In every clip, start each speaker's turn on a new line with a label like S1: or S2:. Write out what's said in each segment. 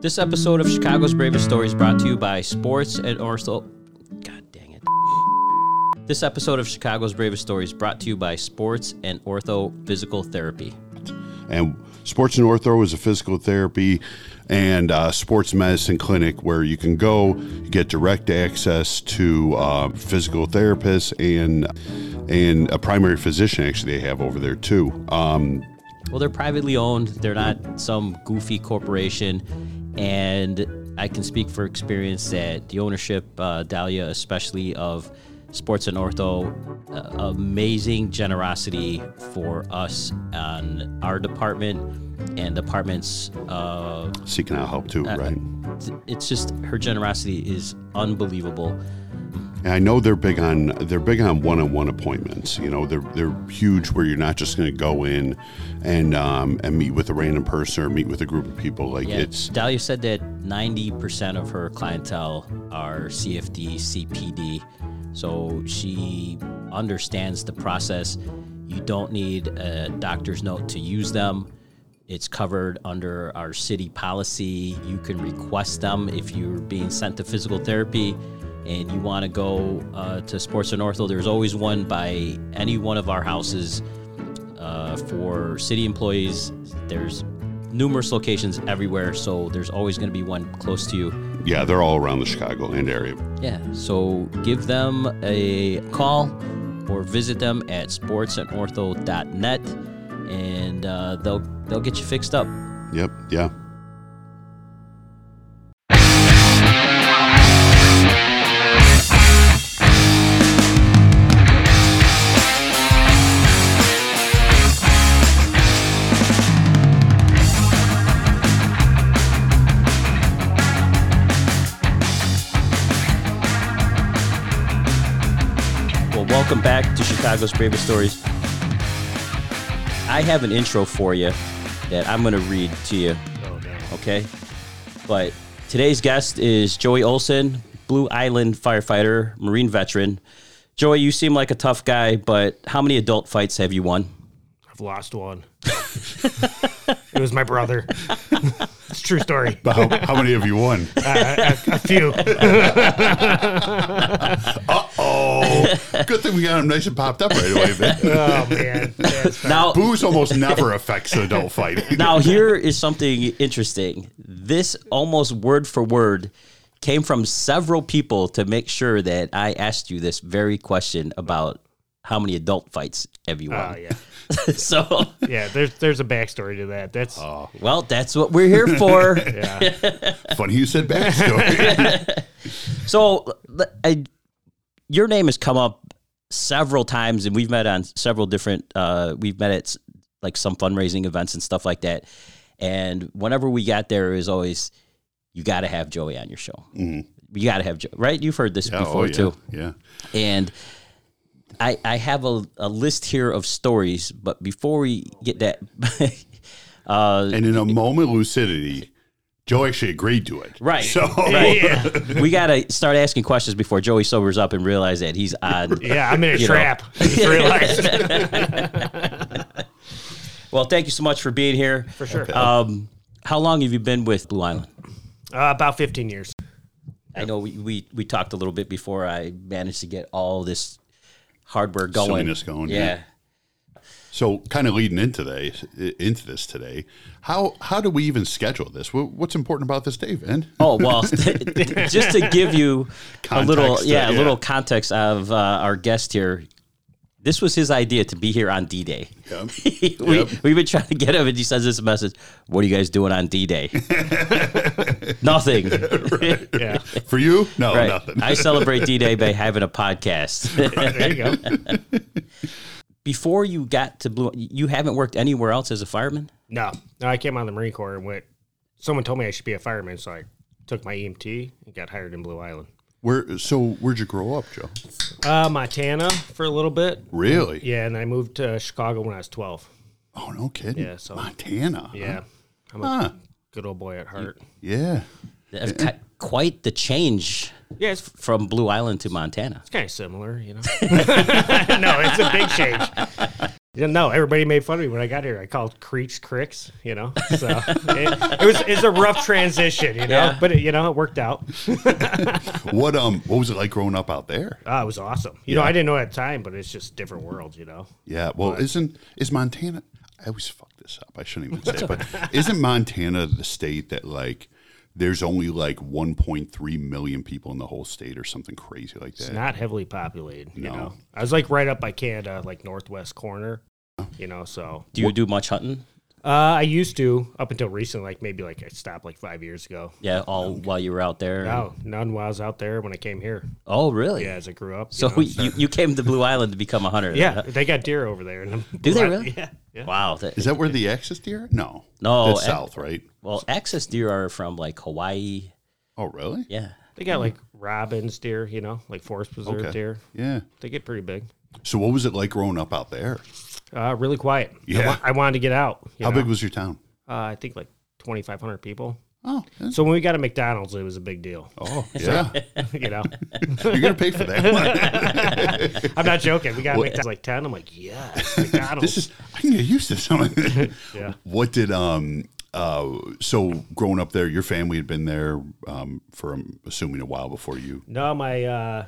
S1: This episode of Chicago's Bravest Story is brought to you by Sports and Orso. God dang it. This episode of Chicago's Bravest Story is brought to you by Sports and Ortho Physical Therapy.
S2: And Sports and Ortho is a physical therapy and uh, sports medicine clinic where you can go, you get direct access to uh, physical therapists and and a primary physician. Actually, they have over there too. Um,
S1: Well, they're privately owned, they're not some goofy corporation. And I can speak for experience that the ownership, uh, Dahlia, especially of Sports and Ortho, uh, amazing generosity for us on our department and departments. Uh,
S2: seeking out help too, right?
S1: it's just her generosity is unbelievable.
S2: And I know they're big on they're big on one on one appointments. You know, they're they're huge where you're not just going to go in and um, and meet with a random person or meet with a group of people. Like
S1: Yeah,
S2: it's
S1: Dahlia said that 90% of her clientele are CFD, CPD. So she understands the process. You don't need a doctor's note to use them. It's covered under our city policy. You can request them if you're being sent to physical therapy and you want to go uh, to Sports and Ortho. There's always one by any one of our houses uh, for city employees. There's numerous locations everywhere, so there's always going to be one close to you.
S2: yeah, they're all around the Chicagoland area.
S1: Yeah. So give them a call or visit them at sportsandortho.net, and uh, they'll they'll get you fixed up.
S2: Yep, yeah.
S1: Well, welcome back to Chicago's Bravest Stories. I have an intro for you that I'm going to read to you. Okay? But today's guest is Joey Olson, Blue Island firefighter, Marine veteran. Joey, you seem like a tough guy, but how many adult fights have you won?
S3: I've lost one. it was my brother. it's a true story.
S2: But how, how many have you won?
S3: A few.
S2: Oh, good thing we got him nice and popped up right away. Then.
S3: Oh man. That's not-
S1: Now,
S2: Booze almost never affects adult fighting.
S1: now here is something interesting. This almost word for word came from several people to make sure that I asked you this very question about how many adult fights have you
S3: Oh
S1: won.
S3: yeah.
S1: so,
S3: Yeah, there's there's a backstory to that. That's
S1: well, that's what we're here for.
S3: yeah.
S2: Funny you said backstory.
S1: So, l- I, your name has come up several times, and we've met on several different. Uh, we've met at s- like some fundraising events and stuff like that. And whenever we got there, it was always you got to have Joey on your show. You got to have Joey, right? You've heard this before
S2: Mm-hmm. yeah, oh,
S1: too.
S2: Yeah.
S1: And I, I have a, a list here of stories, but before we get that, uh,
S2: And in a moment of lucidity, Joe actually agreed to it.
S1: Right.
S2: So
S1: Right. we got to start asking questions before Joey sobers up and realize that he's on.
S3: Yeah, I'm in a
S1: You know.
S3: trap. I just realized.
S1: Well, thank you so much for being here. For
S3: sure. Okay.
S1: Um, how long have you been with Blue Island?
S3: Uh, about 15 years.
S1: I know we, we we talked a little bit before I managed to get all this hardware going.
S2: Silliness going,
S1: Yeah.
S2: yeah. so kind of leading into today, into this today, how how do we even schedule this? What, what's important about this, Dave? And
S1: Oh well, just to give you a little
S2: Context,
S1: yeah, a
S2: yeah.
S1: little context of uh, our guest here. This was his idea to be here on D Day. we, We've been trying to get him, and he sends us a message. What are you guys doing on D Day? Nothing.
S3: Yeah.
S2: for you, no,
S1: Right.
S2: nothing.
S1: I celebrate D Day by having a podcast.
S3: There you go.
S1: Before you got to Blue, you haven't worked anywhere else as a fireman.
S3: No. No, I came out of the Marine Corps and went someone told me I should be a fireman, so I took my EMT and got hired in Blue Island.
S2: Where so where'd you grow up, Joe?
S3: Uh, Montana for a little bit.
S2: Really?
S3: Yeah, and I moved to Chicago when I was 12.
S2: Oh no kidding.
S3: Yeah, so-
S2: Montana. huh?
S3: Yeah. I'm a
S2: Huh.
S3: good old boy at heart.
S2: Yeah.
S1: That's ki- quite the change
S3: Yeah, it's
S1: from Blue Island to Montana.
S3: It's kind of similar, you know. no, it's a big change. Yeah, no, everybody made fun of me when I got here. I called creeks cricks, you know. So it, it was it's a rough transition, you know.
S1: Yeah.
S3: But it, you know, it worked out.
S2: What um what was it like growing up out there?
S3: Uh, it was awesome. You know, I didn't know at the time, but it's just different worlds, you know.
S2: Yeah. Well, isn't is Montana? I always fuck this up. I shouldn't even say, it, but isn't Montana the state that like there's only like 1.3 million people in the whole state or something crazy like
S3: It's
S2: that?
S3: not heavily populated, you
S2: No.
S3: know. I was like right up by Canada, like northwest corner,
S1: Oh.
S3: you know. So
S1: Do you do much hunting?
S3: uh, I used to up until recently, like maybe like I stopped like five years ago.
S1: Yeah, all while you were out there.
S3: No, none while I was out there when I came here.
S1: Oh, really?
S3: Yeah, as I grew up. you
S1: So
S3: know,
S1: you, you, came to Blue Island to become a hunter.
S3: yeah, they got deer over there. And
S1: Do they really?
S3: Yeah, yeah.
S1: Wow. that-
S2: Is that where the Axis deer? No.
S1: No,
S2: That's
S1: eh.
S2: south, right?
S1: well, access deer are from like Hawaii.
S2: Oh, really?
S1: Yeah.
S3: They got like robins deer, you know, like forest preserve
S2: Okay.
S3: deer.
S2: Yeah.
S3: They get pretty big.
S2: So what was it like growing up out there?
S3: Uh, really quiet. I
S2: Yeah.
S3: wa- I, wanted to get out. you
S2: How
S3: know?
S2: big was your town?
S3: Uh, I think like 2,500 people.
S2: Oh, that's-
S3: So when we got a McDonald's, it was a big deal.
S2: oh, yeah.
S3: you know,
S2: You're gonna pay for that. One.
S3: I'm not joking. We got McDonald's like 10. I'm like, yeah, McDonald's.
S2: this is. I can get used to something.
S3: yeah.
S2: What did um uh so growing up there, your family had been there um for I'm assuming a while before you.
S3: No, my uh,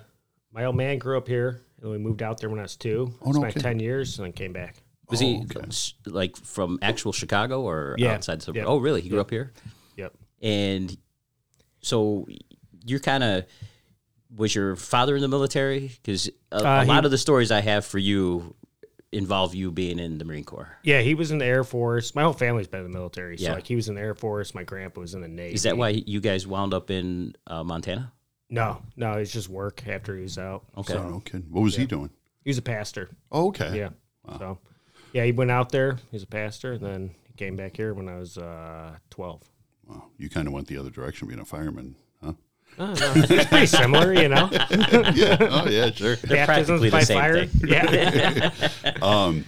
S3: my old man grew up here, and we moved out there when I was two.
S2: Oh, no
S3: Spent
S2: kidding.
S3: 10 years and then came back.
S1: Was he s- like from actual Chicago or
S3: Oh, Yeah.
S1: outside? Suburb?
S3: Yeah.
S1: Oh, really? He grew up here?
S3: Yep.
S1: And so you're kind of was your father in the military? Because a, a
S3: Uh, he-
S1: lot of the stories I have for you involve you being in the Marine Corps.
S3: Yeah, he was in the Air Force. My whole family's been in the military. So,
S1: Yeah.
S3: like, he was in the Air Force. My grandpa was in the Navy.
S1: Is that why you guys wound up in uh, Montana?
S3: No, no, it's just work after he was out.
S1: Okay.
S2: So no kidding. Oh, What was he doing?
S3: He was a pastor.
S2: Oh, okay.
S3: Yeah. So, yeah, he went out there. He was a pastor, and then he came back here when I was uh, 12.
S2: Wow. You kind of went the other direction, being a fireman, huh?
S3: Oh, no, it's pretty similar, you know.
S2: yeah. Oh, yeah. Sure.
S1: practically
S3: Baptisms
S1: the
S3: by
S1: same
S3: fire.
S1: thing.
S3: Yeah.
S2: Um,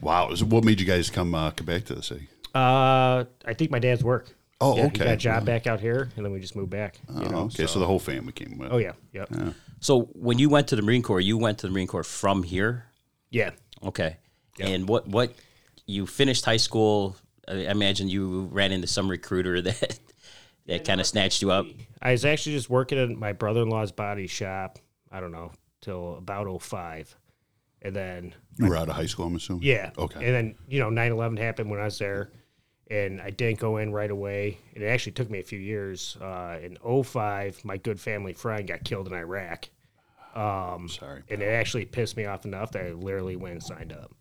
S2: wow. So what made you guys come uh, come back to the city?
S3: uh, I think my dad's work.
S2: Oh,
S3: yeah, He
S2: okay.
S3: got a job back out here, and then we just moved back.
S2: Oh, okay. So. the whole family came with.
S3: Oh yeah. Yep. Yeah.
S1: So when you went to the Marine Corps, you went to the Marine Corps from here. Okay. And what what you finished high school? I imagine you ran into some recruiter that that kind of snatched you up.
S3: I was actually just working at my brother-in-law's body shop. I don't know till about 05. and then
S2: You were out of high school, I'm assuming.
S3: Yeah.
S2: Okay.
S3: And then, you know, 9 11 happened when I was there, and I didn't go in right away. It actually took me a few years. Uh, in 05, my good family friend got killed in Iraq. Um,
S2: Sorry.
S3: And it actually pissed me off enough that I literally went and signed up.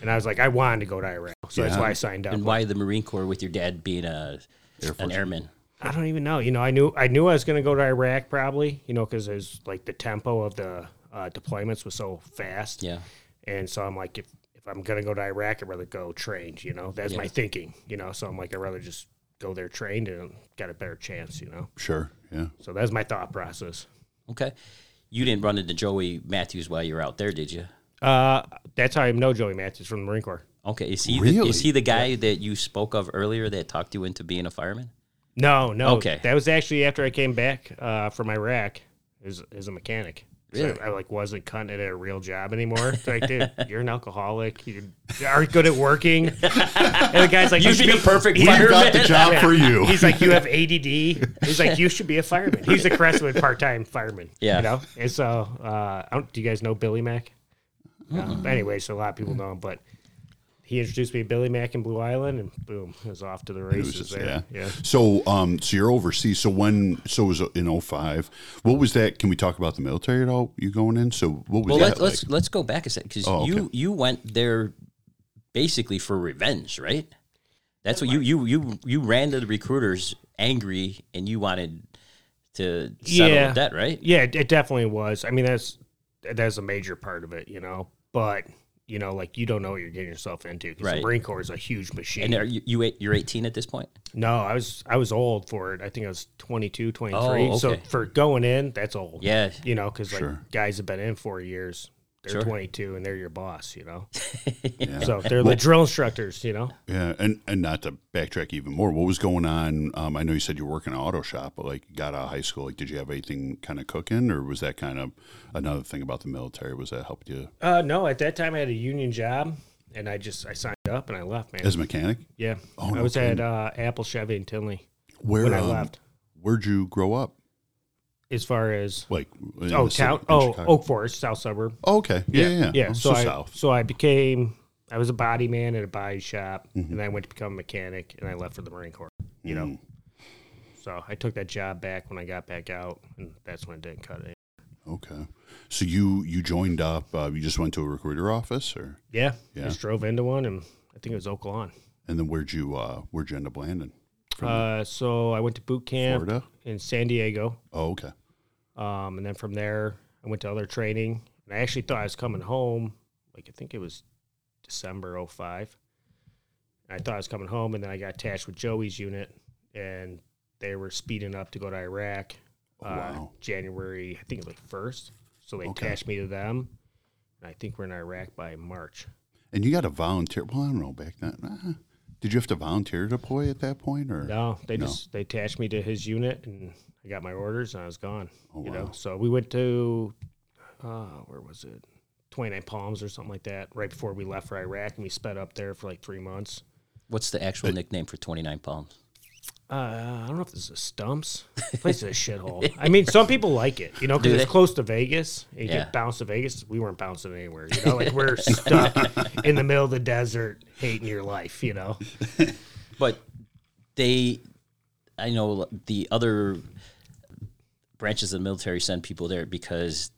S3: and I was like, I wanted to go to Iraq. So that's why I signed up.
S1: And why the Marine Corps with your dad being a an airman?
S3: I don't even know. You know, I knew I knew I was going to go to Iraq probably. You know, because it was like the tempo of the uh, deployments was so fast.
S1: Yeah.
S3: And so I'm like, if if I'm going to go to Iraq, I'd rather go trained. You know, that's my thinking. You know, so I'm like, I'd rather just go there trained and got a better chance. You know,
S2: Sure. Yeah.
S3: so that's my thought process.
S1: Okay. You didn't run into Joey Matthews while you were out there, did you?
S3: Uh, that's how I know Joey Matthews from the Marine Corps.
S1: Okay. Is he the,
S2: Really?
S1: is he the guy that you spoke of earlier that talked you into being a fireman?
S3: No, no.
S1: Okay.
S3: That was actually after I came back uh, from Iraq as, as a mechanic. So
S1: Really?
S3: I, like wasn't cutting it at a real job anymore. It's like, dude, you're an alcoholic. You aren't good at working. And the guy's like,
S1: You'd
S3: you should
S1: be the
S3: be-
S1: perfect
S2: We got the
S1: fireman.
S2: job for you.
S3: He's like, you have ADD. He's like, you should be a fireman. He's a Crestwood part-time fireman.
S1: Yeah.
S3: You know. And so, uh, I don't, do you guys know Billy Mack? No.
S1: Uh-uh.
S3: Anyway, so a lot of people know him, but he introduced me to Billy Mack in Blue Island, and boom, it was off to the
S2: It was
S3: races
S2: just-
S3: there.
S2: yeah.
S3: yeah.
S2: So, um, so you're overseas. So when, so it was in 05. What was that? Can we talk about the military at all? You going in? So what was
S1: Well,
S2: that?
S1: let's,
S2: like?
S1: let's let's go back a second because
S2: Oh, okay.
S1: you you went there basically for revenge, right? That's what you you you you ran to the recruiters angry, and you wanted to settle
S3: Yeah.
S1: with that, right?
S3: Yeah, it, it definitely was. I mean, that's that's a major part of it, you know. But you know, like you don't know what you're getting yourself into. 'cause
S1: Right.
S3: The Marine Corps is a huge machine.
S1: And are you, you eight- you're 18 at this point.
S3: no, I was I was old for it. I think I was 22, 23.
S1: Oh,
S3: So
S1: okay.
S3: for going in, that's old.
S1: Yeah.
S3: You know, because
S2: Sure.
S3: like guys have been in four years. They're
S1: Sure.
S3: 22 and they're your boss, you know.
S2: Yeah.
S3: So they're the drill instructors, you know.
S2: yeah. And, and not to backtrack even more, what was going on? Um, I know you said you were working in an auto shop, but like got out of high school, like, did you have anything kind of cooking or was that kind of another thing about the military? Was that helped you?
S3: Uh, no, at that time I had a union job, and I just I signed up and I left, man.
S2: as a mechanic?
S3: yeah,
S2: Oh,
S3: I
S2: no
S3: was at
S2: kidding.
S3: uh, Apple Chevy in Tinley
S2: Where
S3: when I
S2: um,
S3: left.
S2: Where'd you grow up?
S3: As far as
S2: Like in
S3: oh
S2: the city-
S3: town
S2: in
S3: oh
S2: Chicago?
S3: Oak Forest South Suburb
S2: Oh, okay yeah yeah, yeah.
S3: yeah
S2: Oh,
S3: so, I
S2: south
S3: so I became I was a body man at a body shop and I went to become a mechanic and I left for the Marine Corps you know
S2: Mm-hmm. Mm.
S3: so I took that job back when I got back out and that's when I didn't cut it
S2: okay so you you joined up uh, you just went to a recruiter office or
S3: yeah,
S2: Yeah.
S3: just drove into one and I think it was Oak Lawn
S2: and then where'd you uh, where'd you end up landing from
S3: uh, so I went to boot camp
S2: Florida
S3: in San Diego
S2: oh okay
S3: Um, and then from there, I went to other training. And I actually thought I was coming home. Like, I think it was December 05. I thought I was coming home. And then I got attached with Joey's unit. And they were speeding up to go to Iraq
S2: Oh,
S3: uh,
S2: wow.
S3: January, I think it was like 1st. So they
S2: Okay.
S3: attached me to them. And I think we're in Iraq by March.
S2: and you got to volunteer well I don't know back then uh, did you have to volunteer to deploy at that point or
S3: No, they
S2: No.
S3: just they attached me to his unit, and I got my orders, and I was gone.
S2: Oh,
S3: you
S2: wow.
S3: know, so we went to uh, where was it? Twenty Nine Palms or something like that. Right before we left for Iraq, and we sped up there for like three months.
S1: What's the actual nickname for 29 Palms?
S3: Uh, I don't know if this is stumps. This place is a shithole. I mean, some people like it, you know, because
S1: Do
S3: it's
S1: they?
S3: close to Vegas. And you
S1: Yeah.
S3: get bounced to Vegas. We weren't bouncing anywhere. You know, like we're stuck in the middle of the desert, hating your life. You know,
S1: But they, I know the other branches of the military send people there because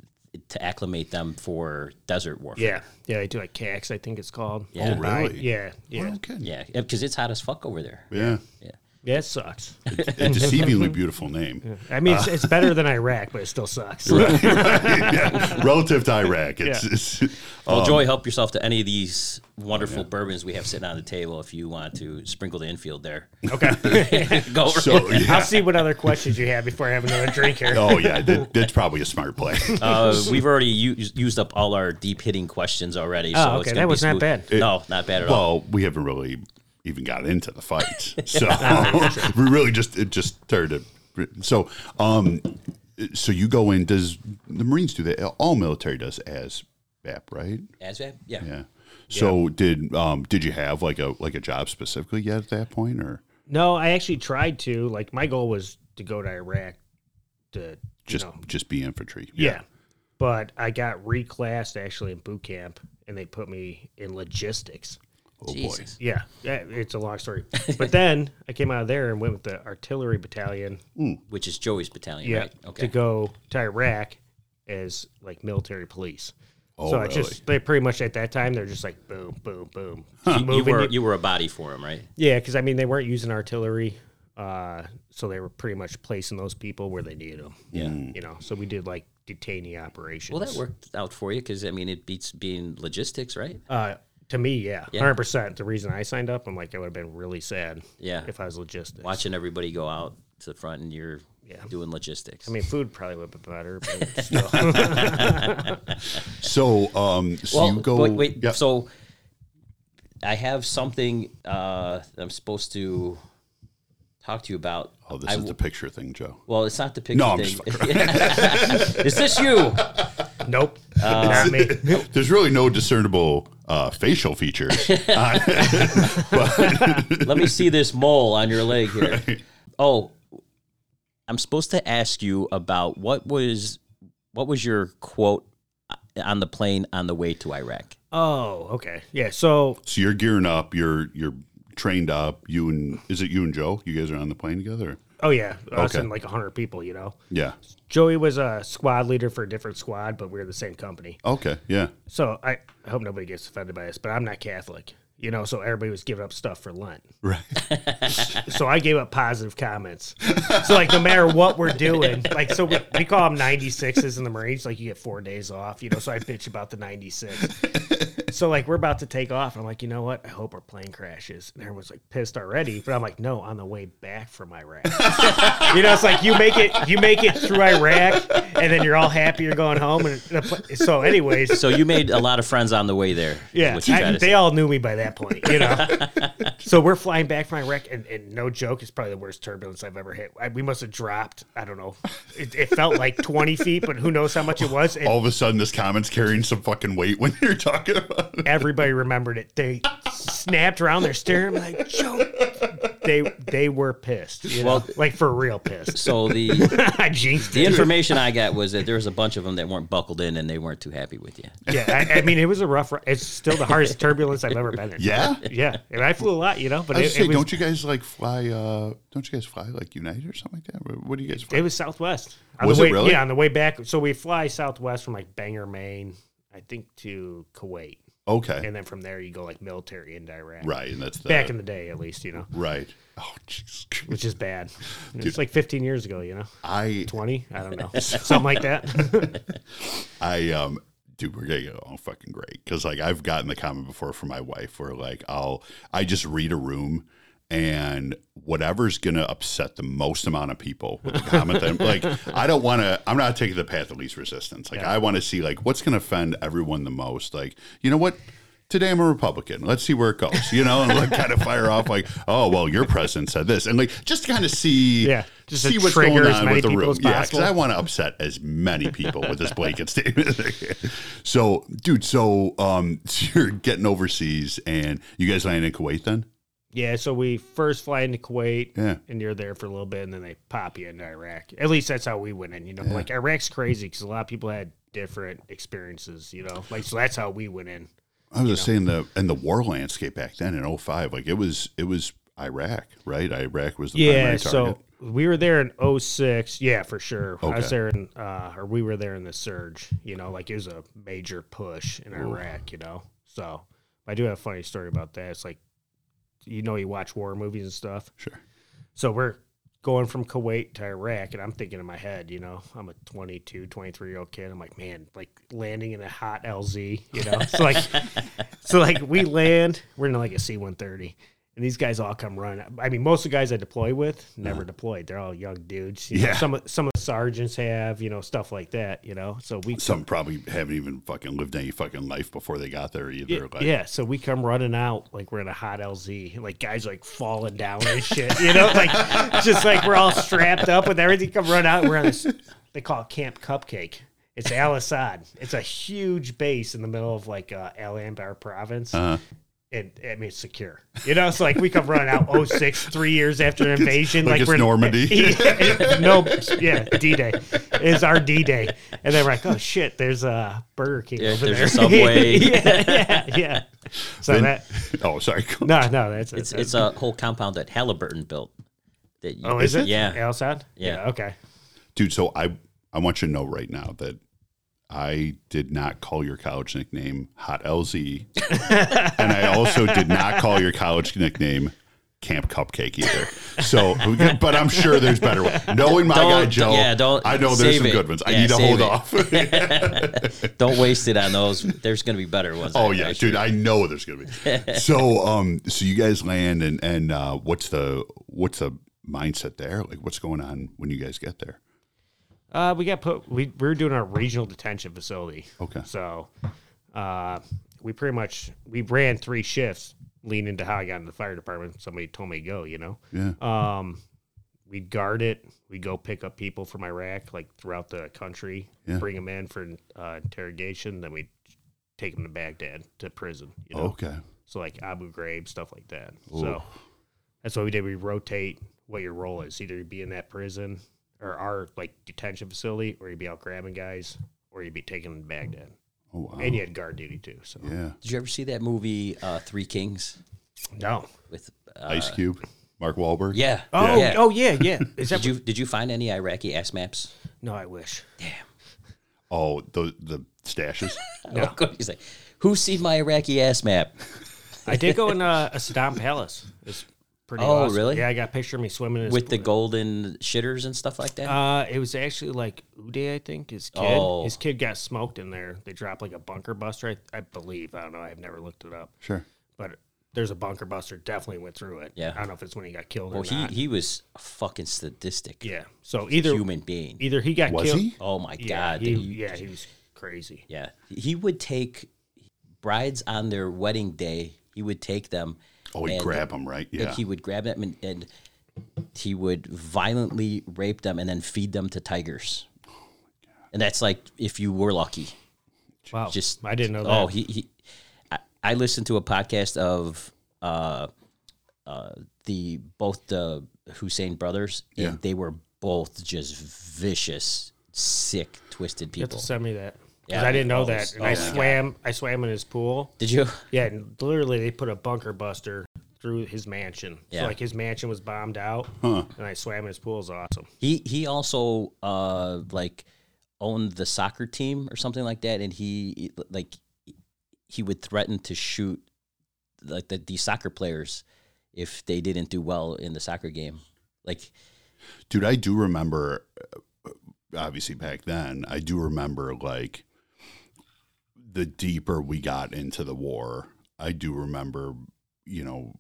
S1: to acclimate them for desert warfare.
S3: yeah, yeah. They do like CAX, I think it's called.
S1: Yeah.
S2: Oh, really?
S3: Yeah, yeah,
S2: no kidding.
S1: Yeah, because it's hot as fuck over there.
S2: yeah
S3: yeah. It sucks.
S2: a deceivingly beautiful name
S3: I mean, it's, it's better than Iraq, but it still sucks.
S2: yeah. relative to Iraq it's, it's
S1: Well,
S2: um,
S1: Joy, help yourself to any of these
S2: Oh,
S1: wonderful bourbons we have sitting on the table if you want to sprinkle the infield there. Okay. Go over.
S2: so yeah.
S3: I'll see what other questions you have before I have another drink here.
S2: oh yeah that, that's probably a smart play
S1: Uh, we've already u- used up all our deep hitting questions already. so
S3: Oh, okay,
S1: it's gonna
S3: that
S1: be
S3: was not
S1: smooth.
S3: bad.
S1: no, not bad at all.
S2: Well, we haven't really even got into the fight, so we really just it just turned it. So, um, so you go in. Does the Marines do that? All military does as BAP, right?
S1: As yeah. yeah.
S2: Yeah. So did um did you have like a like a job specifically yet at that point or
S3: No, I actually tried to. Like, my goal was to go to Iraq to
S2: just
S3: you know,
S2: just be infantry?
S3: yeah. But I got reclassed actually in boot camp, and they put me in logistics.
S2: Oh boy.
S1: Jesus.
S3: Yeah, yeah, it's a long story. But then I came out of there and went with the artillery battalion.
S1: Which is Joey's battalion,
S3: yeah,
S1: right?
S3: to go to Iraq as like military police.
S2: Oh,
S3: so I
S2: really?
S3: just they pretty much at that time they're just like boom, boom, boom, Keep
S1: You
S3: moving.
S1: were you were a body for him, right?
S3: yeah, because I mean they weren't using artillery, uh, so they were pretty much placing those people where they needed them.
S1: Yeah.
S3: you know, so we did like detainee operations.
S1: Well, that worked out for you because I mean, it beats being logistics, right?
S3: Uh, to me, yeah,
S1: Yeah.
S3: hundred percent. The reason I signed up, I'm like, I would have been really sad
S1: Yeah.
S3: if I was logistics.
S1: Watching everybody go out to the front and you're doing logistics.
S3: I mean, food probably would have been better, but still.
S2: So um so
S1: well,
S2: you go
S1: wait, wait
S2: yeah.
S1: so I have something uh, that I'm supposed to talk to you about.
S2: oh this
S1: I
S2: is the picture thing, Joe.
S1: Well, it's not the picture
S2: No, I'm
S1: thing.
S2: just
S1: Is this you?
S3: nope,
S1: Uh,
S3: not me.
S2: There's really no discernible uh, facial features.
S1: Let me see this mole on your leg here. Oh, I'm supposed to ask you about what was what was your quote uh, on the plane on the way to Iraq?
S3: Oh, okay, yeah. So
S2: So you're gearing up. You're you're trained up. You and is it you and Joe? You guys are on the plane together.
S3: Oh yeah, us
S2: Okay.
S3: and like hundred people. You know,
S2: Yeah.
S3: Joey was a squad leader for a different squad, but we were the same company.
S2: Okay. Yeah.
S3: So I, I hope nobody gets offended by this, but I'm not Catholic. You know, so everybody was giving up stuff for Lent.
S2: Right.
S3: So I gave up positive comments. So like, no matter what we're doing, like, so we, we call them 96s in the Marines. Like, you get four days off. You know, so I bitch about the 96. So like, we're about to take off. And I'm like, you know what? I hope our plane crashes. And everyone's like pissed already. But I'm like, no, on the way back from Iraq. You know, it's like you make it, you make it through Iraq, and then you're all happy you're going home. And the, pla- so, anyways,
S1: So you made a lot of friends on the way there. is
S3: yeah,
S1: what you
S3: I-
S1: tried to
S3: they
S1: say.
S3: all knew me by that point. You know, So we're flying back from Iraq, and, and no joke, it's probably the worst turbulence I've ever hit. I, we must have dropped, I don't know, it, it felt like 20 feet, but who knows how much it was. And
S2: All of a sudden, this comment's carrying some fucking weight when you're talking about it.
S3: everybody remembered it. They snapped around their staring like, Joe. They they were pissed. You know?
S1: Well-
S3: like for real pissed.
S1: So the
S3: I jinxed
S1: the
S3: it.
S1: information I got was that there was a bunch of them that weren't buckled in and they weren't too happy with you.
S3: Yeah, I, I mean, it was a rough. ri- It's still the hardest turbulence I've ever been in.
S2: Yeah.
S3: yeah. And I flew a lot, you know, but
S2: I was
S3: it,
S2: gonna say,
S3: it was
S2: don't you guys like fly? uh Don't you guys fly like United or something like that? What- What do you guys fly?
S3: It was Southwest. On
S2: Was
S3: the
S2: it
S3: way,
S2: really?
S3: Yeah, on the way back. So we fly Southwest from like Bangor, Maine, I think to Kuwait,
S2: okay,
S3: and then from there you go like military into Iraq.
S2: right, and that's the,
S3: Back in the day, at least you know,
S2: right. Oh, jeez.
S3: which is bad. It's like 15 years ago, you know,
S2: I
S3: 20. I don't know, something like that.
S2: I um dude, we're gonna get along fucking great. Cause like I've gotten the comment before from my wife where like I'll I just read a room and whatever's gonna upset the most amount of people with the comment that like I don't wanna I'm not taking the path of least resistance. Like I wanna see like what's gonna offend everyone the most. Like, you know what? Today I'm a Republican. Let's see where it goes. You know, and like kind of fire off like, oh well, your president said this, and like just kind of see,
S3: Yeah, just to
S2: see what's
S3: trigger
S2: going
S3: as
S2: on
S3: many
S2: with the
S3: people
S2: room.
S3: as
S2: Yeah, because
S3: possible.
S2: I want to upset as many people with this blanket statement. so, dude, so um, so you're getting overseas, and you guys land in Kuwait then?
S3: yeah. So we first fly into Kuwait,
S2: Yeah.
S3: and you're there for a little bit, and then they pop you into Iraq. At least that's how we went in. You know, like Iraq's crazy because a lot of people had different experiences. You know, like so that's how we went in.
S2: I was just saying the and the war landscape back then in 05, like it was it was Iraq, right? Iraq was the
S3: yeah
S2: primary target.
S3: so we were there in 06 yeah for sure i
S2: Okay.
S3: was there in uh or we were there in the surge you know like it was a major push in iraq you know so i do have a funny story about that it's like you know you watch war movies and stuff
S2: Sure.
S3: so we're going from kuwait to iraq and i'm thinking in my head you know i'm a 22 23 year old kid i'm like man like landing in a hot lz you know so like so like we land, we're in like a C one thirty. And these guys all come running. I mean, most of the guys I deploy with never deployed. They're all young dudes. You know,
S2: Yeah.
S3: Some of- some of the sergeants have, you know, stuff like that. You know, so we
S2: Some probably haven't even fucking lived any fucking life before they got there either.
S3: yeah,
S2: like,
S3: yeah, so we come running out like we're in a hot LZ, like guys like falling down and shit, you know, like just like we're all strapped up with everything. Come run out, we're on this. They call it Camp Cupcake. It's Al Assad. It's a huge base in the middle of like uh, Al Anbar province.
S2: Uh-huh.
S3: And I mean, it's secure, you know. It's like we come running out 06, three years after an invasion,
S2: like
S3: like,
S2: it's
S3: we're in-
S2: Normandy.
S3: Yeah, no, yeah, D Day is our D Day, and then we're like, oh shit, there's a Burger King
S1: There-
S3: over
S1: there's a
S3: there.
S1: Subway.
S3: yeah, yeah, yeah. So that
S2: Oh, sorry.
S3: no, no, that's
S1: It's it's a whole compound that Halliburton built. That you,
S3: oh, is it?
S1: Yeah.
S3: Al Assad.
S1: Yeah.
S3: Okay.
S2: dude so i i want you to know right now that i did not call your college nickname hot lz and i also did not call your college nickname camp cupcake either so but i'm sure there's better ones knowing my guy
S1: Don't-
S2: joe
S1: yeah, don't-
S2: i know there's
S1: save
S2: some
S1: it.
S2: good ones i
S1: Yeah,
S2: need to
S1: save
S2: hold
S1: it.
S2: off
S1: Don't waste it on those. There's going to be better ones.
S2: oh
S1: I-
S2: yeah
S1: I
S2: dude i know there's gonna be so um so you guys land and and uh what's the what's the mindset there like what's going on when you guys get there
S3: Uh, we got put. We, we were doing our regional detention facility.
S1: Oh,
S2: Okay.
S3: So, uh, we pretty much we ran three shifts, leaning into how I got in the fire department. Somebody told me to go. You know.
S2: yeah
S3: Um, we'd guard it. We'd go pick up people from Iraq, like throughout the country,
S2: Yeah.
S3: bring them in for uh, interrogation. Then we'd take them to Baghdad to prison. You know?
S1: Oh,
S2: okay
S3: So like Abu Ghraib, stuff like that. So that's what we did. We rotate what your role is. Either you'd be in that prison or our like detention facility, or you'd be out grabbing guys, or you'd be taking them to Baghdad.
S2: oh wow
S3: And you had guard duty too. So
S2: yeah
S1: Did you ever see that movie uh, Three Kings
S3: no.
S1: with? Uh,
S2: Ice Cube, Mark Wahlberg.
S1: yeah.
S3: Oh,
S1: yeah.
S3: oh yeah, yeah. Is that
S1: Did you did you find any Iraqi ass maps?
S3: no? I wish.
S2: Oh, the the stashes.
S1: No. He's like, who's seen my Iraqi ass map?
S3: I did go in uh, a Saddam Palace. It's pretty.
S1: Oh,
S3: awesome.
S1: really?
S3: Yeah, I got a picture of me swimming in his
S1: with the golden shitters and stuff like that.
S3: Uh, it was actually like Uday, I think his kid.
S1: Oh.
S3: His kid got smoked in there. They dropped like a bunker buster, I, I believe. I don't know. I've never looked it up.
S2: sure.
S3: but there's a bunker buster definitely went through it.
S1: Yeah.
S3: I don't know if it's when he got killed
S1: well,
S3: or
S1: he
S3: not.
S1: he was a fucking sadistic
S3: yeah. So either
S1: human being.
S3: either he got
S2: Was
S3: killed.
S2: he?
S1: oh my
S3: Yeah,
S1: god.
S3: he,
S1: did he-
S3: yeah, he was crazy.
S1: yeah. He would take brides on their wedding day. He would take them
S2: Oh, he
S1: And-
S2: grab him right.
S1: Like,
S2: Yeah.
S1: he would grab them and, and he would violently rape them and then feed them to tigers.
S3: Oh
S1: And that's like if you were lucky.
S3: Wow.
S1: Just
S3: I didn't know that.
S1: Oh, he. he I, I listened to a podcast of uh, uh, the both the Hussein brothers, and
S2: Yeah.
S1: they were both just vicious, sick, twisted
S3: you have
S1: people.
S3: to send me that. 'Cause
S1: Yeah,
S3: I didn't know
S1: oh,
S3: that.
S1: it's-
S3: And
S1: oh
S3: I
S1: my God.
S3: swam I swam in his pool.
S1: Did you?
S3: Yeah, and literally they put a bunker buster through his mansion.
S1: Yeah.
S3: So like his mansion was bombed out and I swam in his pool is awesome.
S1: He he also uh like owned the soccer team or something like that, and he like he would threaten to shoot like the, the soccer players if they didn't do well in the soccer game. Like
S2: dude i do remember uh, obviously back then i do remember like the deeper we got into the war i do remember you know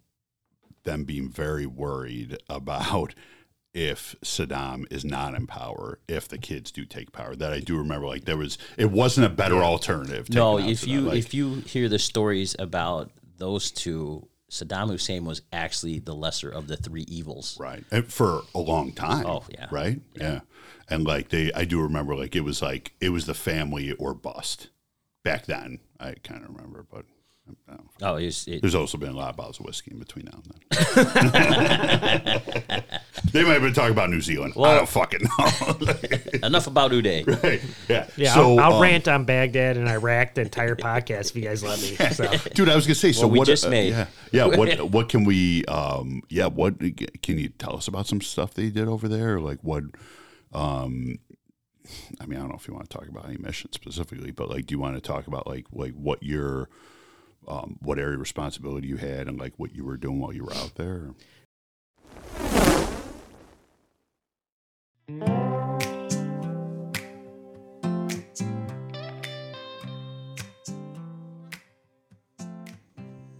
S2: them being very worried about if Saddam is not in power, if the kids do take power, that I do remember, like there was, it wasn't a better alternative.
S1: no,
S2: taking out
S1: if
S2: Saddam.
S1: you
S2: Like,
S1: if you hear the stories about those two, Saddam Hussein was actually the lesser of the three evils.
S2: right and for a long time
S1: Oh, yeah.
S2: right yeah. and like they i do remember like it was like it was the family or bust back then i kind of remember but I don't know.
S1: Oh, it was, it,
S2: there's also been a lot of bottles of whiskey in between now and then they might have been talking about new zealand i don't fucking know
S1: enough about Uday.
S2: Hey, yeah
S3: Yeah,
S2: so
S3: I'll, I'll
S2: um,
S3: rant on Baghdad and Iraq the entire podcast if you guys let me. So
S2: dude i was gonna say so
S1: we
S2: what
S1: just
S2: uh,
S1: made.
S2: yeah yeah what what can we um yeah what can you tell us about some stuff they did over there like what um i mean i don't know if you want to talk about any mission specifically but like do you want to talk about like like what your um what area of responsibility you had and like what you were doing while you were out there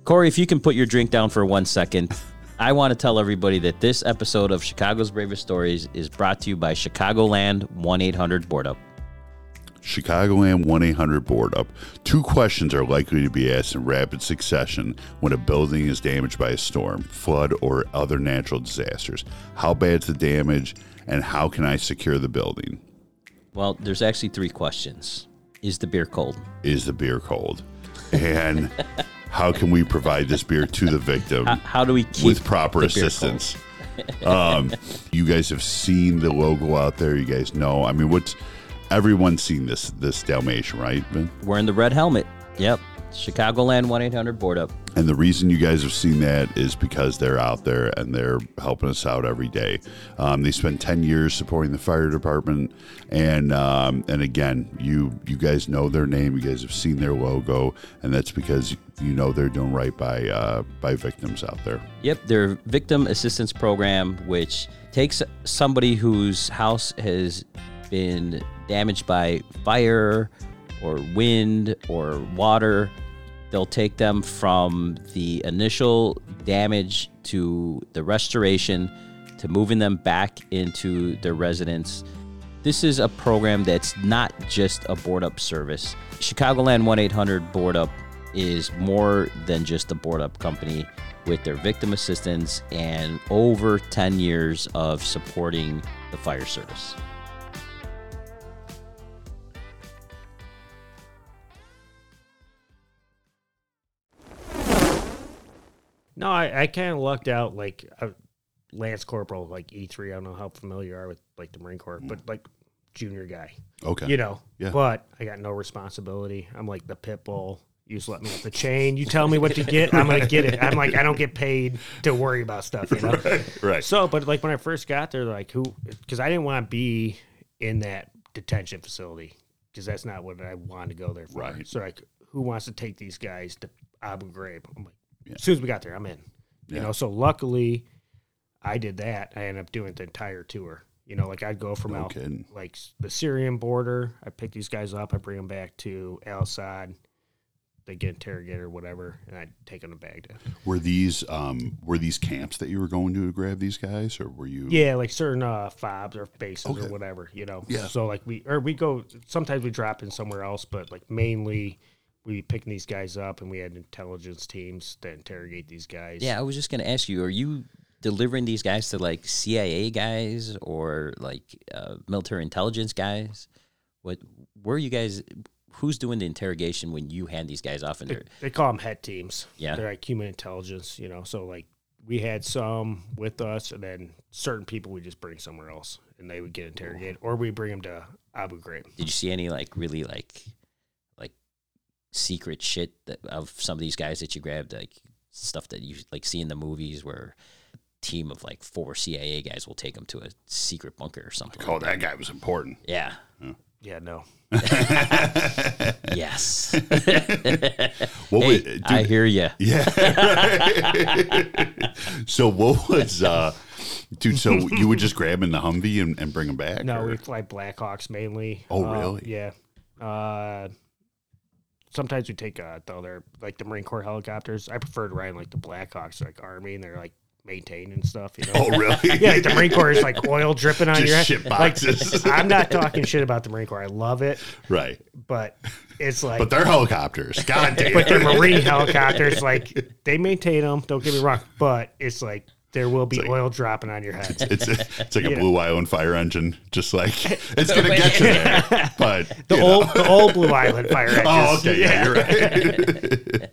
S1: Corey, if you can put your drink down for one second, I want to tell everybody that this episode of Chicago's Bravest Stories is brought to you by Chicagoland 1 800 Board Up.
S2: Chicagoland 1 800 Board Up. Two questions are likely to be asked in rapid succession when a building is damaged by a storm, flood, or other natural disasters. How bad's the damage, and how can I secure the building?
S1: Well, there's actually three questions Is the beer cold?
S2: Is the beer cold? And how can we provide this beer to the victim?
S1: How do we keep
S2: with proper
S1: the beer cold?
S2: assistance. um, you guys have seen the logo out there. You guys know. I mean, what's everyone's seen this this Dalmatian, right? Vin?
S1: We're in the red helmet. Yep. Chicagoland 1 800 Board Up.
S2: And the reason you guys have seen that is because they're out there and they're helping us out every day. Um, they spent 10 years supporting the fire department, and um, and again, you you guys know their name, you guys have seen their logo, and that's because you know they're doing right by uh, by victims out there.
S1: Yep, their victim assistance program, which takes somebody whose house has been damaged by fire or wind or water. They'll take them from the initial damage to the restoration to moving them back into their residence. This is a program that's not just a board up service. Chicagoland 1 800 Board Up is more than just a board up company with their victim assistance and over 10 years of supporting the fire service.
S3: no, I, I kinda lucked out like uh, Lance Corporal, like E three. I don't know how familiar you are with like the Marine Corps, but like junior guy.
S2: Okay.
S3: You know.
S2: Yeah.
S3: But I got no responsibility. I'm like the pit bull. You just let me up the chain. You tell me what to get, I'm gonna get it. I'm like I don't get paid to worry about stuff. You know.
S2: right.
S3: So, but like when I first got there, like who? Because I didn't want to be in that detention facility because that's not what I wanted to go there for.
S2: Right.
S3: So like, who wants to take these guys to Abu Ghraib? I'm like, as soon as we got there, I'm in. You
S2: Yeah.
S3: know. So luckily, I did that. I ended up doing the entire tour. You know, like I'd go from Al-
S2: kidding.
S3: like the Syrian border. I pick these guys up. I bring them back to Al Assad. They get interrogated or whatever, and I take them to Baghdad.
S2: Were these um, were these camps that you were going to to grab these guys, or were you?
S3: Yeah, like certain uh, fobs or bases
S2: Okay.
S3: or whatever, you know.
S2: Yeah.
S3: So like we or we go sometimes we drop in somewhere else, but like mainly we picked these guys up and we had intelligence teams that interrogate these guys.
S1: Yeah, I was just gonna ask you: Are you delivering these guys to like CIA guys or like uh, military intelligence guys? What were you guys? Who's doing the interrogation when you hand these guys off? And
S3: They,
S1: they're
S3: they call them het teams.
S1: Yeah.
S3: They're like human intelligence, you know. So like we had some with us and then certain people we just bring somewhere else and they would get interrogated or we bring them to Abu Ghraib.
S1: did you see any like really like like secret shit that, of some of these guys that you grabbed? Like stuff that you like see in the movies where a team of like four CIA guys will take them to a secret bunker or something.
S2: Oh, that guy was important.
S1: Yeah.
S3: Yeah, no.
S1: Yes.
S2: What
S1: Hey,
S2: was, dude,
S1: I hear you.
S2: so what was, uh, dude? So you would just grab him in the Humvee and, and bring him back?
S3: No,
S2: or-
S3: we fly Blackhawks mainly.
S2: Oh,
S3: Uh,
S2: really?
S3: Yeah. Uh, sometimes we take uh, though they're like the Marine Corps helicopters. I prefer to ride in, like the Blackhawks, like Army, and they're like maintained and stuff. You know.
S2: oh, really?
S3: Yeah, like the Marine Corps is like oil dripping on
S2: Just
S3: your head.
S2: shit
S3: Like,
S2: boxes.
S3: I'm not talking shit about the Marine Corps. I love it,
S2: right.
S3: but it's like
S2: But they're helicopters. God damn.
S3: but the Marine helicopters, like they maintain them. Don't get me wrong, but it's like there will be oil dropping on your head.
S2: It's, it's like a
S3: Yeah.
S2: blue island fire engine. Just like it's gonna get you there, but
S3: The
S2: you know.
S3: old, the old Blue Island fire. engines.
S2: Oh, okay. Yeah, you're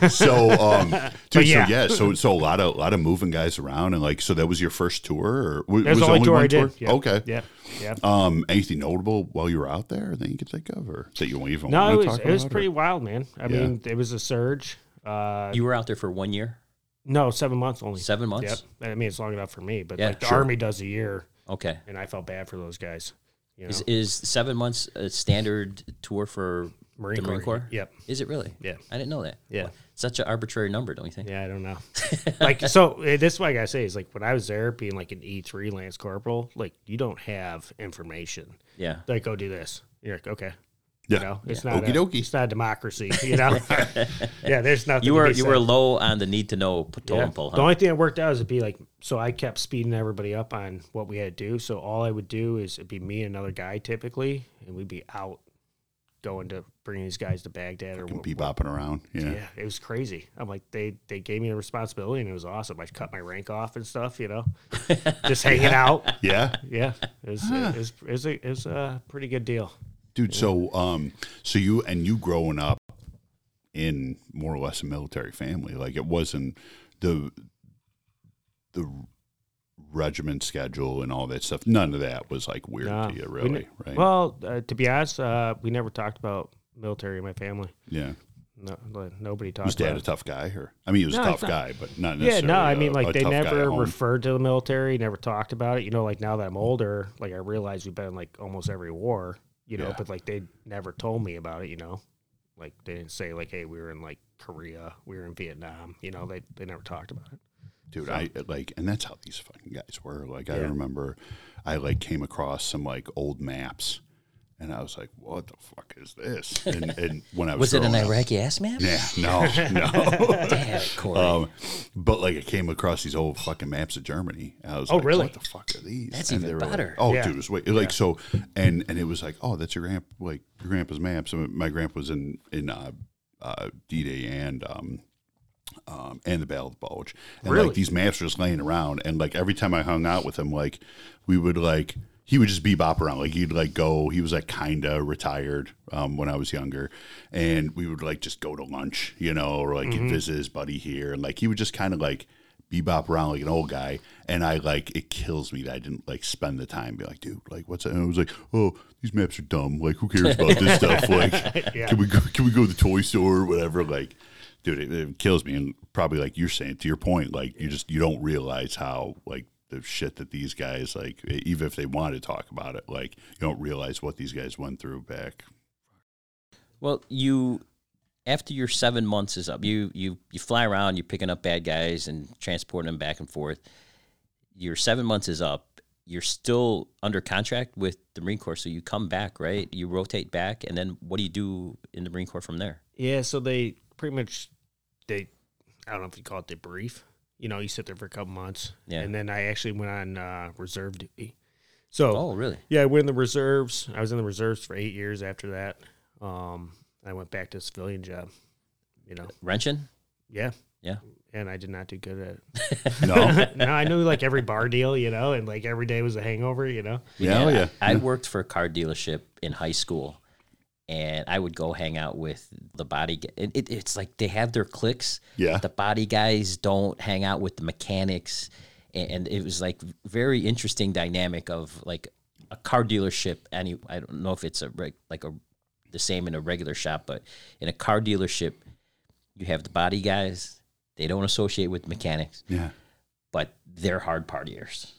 S2: right. so, um, dude,
S3: yeah.
S2: so yeah, so so a lot of a lot of moving guys around, and like, so that was your first tour, or w-
S3: That's
S2: was
S3: the
S2: it
S3: only tour
S2: one
S3: I did. Yeah.
S2: Okay.
S3: Yeah. Yeah.
S2: Um, anything notable while you were out there that you could think of, or that you even
S3: no,
S2: want
S3: it
S2: to
S3: was
S2: talk
S3: it was
S2: about, or-
S3: pretty wild, man. I mean, it was a surge. Uh,
S1: You were out there for one year,
S3: no, seven months only.
S1: seven months.
S3: Yep. I mean, it's long enough for me, but
S1: Yeah,
S3: like the
S1: sure.
S3: army does a year,
S1: Okay.
S3: and I felt bad for those guys. You know,
S1: Is, is seven months a standard tour for the
S3: Marine
S1: Marine
S3: Corps,
S1: Corps?
S3: yep.
S1: Is it really?
S3: Yeah.
S1: I didn't know that.
S3: Yeah.
S1: Wha- Such an arbitrary number, don't you think?
S3: yeah, I don't know. like, so eh, this is what I gotta say is like when I was there being like an E three Lance Corporal, like you don't have information.
S1: Yeah.
S3: Like, go do this. You're like, okay.
S2: yeah.
S3: You know, it's not a,
S2: Okey-dokey.
S3: it's not a democracy. You know, yeah. There's nothing.
S1: You
S3: to
S1: were
S3: be
S1: you
S3: said.
S1: were low on the need to know p- totem
S3: Yeah.
S1: pole, huh?
S3: The only thing that worked out is it'd be like so I kept speeding everybody up on what we had to do. So all I would do is it'd be me and another guy typically, and we'd be out going to bring these guys to Baghdad or
S2: Can
S3: wh-
S2: be bopping around. Yeah.
S3: yeah, it was crazy. I'm like they they gave me the responsibility and it was awesome. I cut my rank off and stuff, you know, just hanging out.
S2: Yeah.
S3: Yeah, it was it was it was, a, it was a pretty good deal.
S2: Dude, so um so you and you growing up in more or less a military family, like it wasn't the the regiment schedule and all that stuff. None of that was like weird
S3: Nah,
S2: to you,
S3: we ne-
S2: really, right?
S3: Well, uh, to be honest, uh, we never talked about military in my family.
S2: yeah.
S3: No, like, nobody talked
S2: Was
S3: about
S2: dad
S3: it.
S2: a tough guy or I mean he was
S3: No,
S2: a
S3: it's
S2: tough
S3: not-
S2: guy, but not
S3: Yeah,
S2: necessarily.
S3: no, I
S2: a-
S3: mean,
S2: a
S3: like they
S2: tough guy at
S3: never
S2: home.
S3: referred to the military, never talked about it. You know, like now that I'm older, like I realize we've been in like almost every war, you know,
S2: Yeah.
S3: but like they never told me about it, you know. Like they didn't say like, hey, we were in like Korea, we were in Vietnam, you know, they they never talked about it.
S2: dude i uh, like and that's how these fucking guys were like i
S3: Yeah.
S2: remember i like came across some like old maps and i was like what the fuck is this and, and when i was,
S1: was it an
S2: growing up-
S1: Iraqi ass man?
S2: yeah no no
S1: Damn it, Corey.
S2: um, but like i came across these old fucking maps of germany and i was
S3: Oh,
S2: like
S3: really?
S2: what the fuck are these
S1: That's
S2: and
S1: even
S2: they were like-
S1: better.
S2: oh
S3: Yeah.
S2: dude it was way, like so and and it was like oh that's your grand like your grandpa's maps and my grandpa was in in uh uh d-day and um um, and the Battle of the Bulge. And
S3: Really?
S2: like these maps were just laying around. And like every time I hung out with him, like we would like, he would just bebop around. Like he'd like go, he was like kind of retired um, when I was younger. And we would like just go to lunch, you know, or like he'd visit his buddy here. And like he would just kind of like, Bebop around like an old guy, and I like it kills me that I didn't like spend the time be like, dude, like what's that? And I was like, oh, these maps are dumb. Like who cares about this stuff? Like, can we go? Can we go to the toy store or whatever? Like, dude it, it kills me and probably like you're saying to your point like you just you don't realize how like the shit that these guys like e, even if they want to talk about it like you don't realize what these guys went through back
S1: Well, you after your seven months is up, you you you fly around, you're picking up bad guys and transporting them back and forth. Your seven months is up. You're still under contract with the Marine Corps, so you come back, right? You rotate back, and then what do you do in the Marine Corps from there?
S3: Yeah, so they pretty much they I don't know if you call it debrief. You know, you sit there for a couple months.
S1: Yeah.
S3: And then I actually went on uh, reserve duty. So
S1: Oh, really?
S3: Yeah, I went in the reserves. I was in the reserves for eight years after that. Um, I went back to a civilian job. You know,
S1: Wrenching?
S3: yeah,
S1: Yeah.
S3: and I did not do good at it.
S2: No,
S3: no, I knew like every bar deal, you know, and like every day was a hangover, you know.
S2: yeah, oh, yeah.
S1: I, I worked for a car dealership in high school, and I would go hang out with the body. gu- It, it, it's like they have their cliques.
S2: Yeah.
S1: The body guys don't hang out with the mechanics, and, and it was like very interesting dynamic of like a car dealership. Any I don't know if it's a reg, like a the same in a regular shop, but in a car dealership, you have the body guys. They don't associate with mechanics,
S2: yeah.
S1: but they're hard partiers.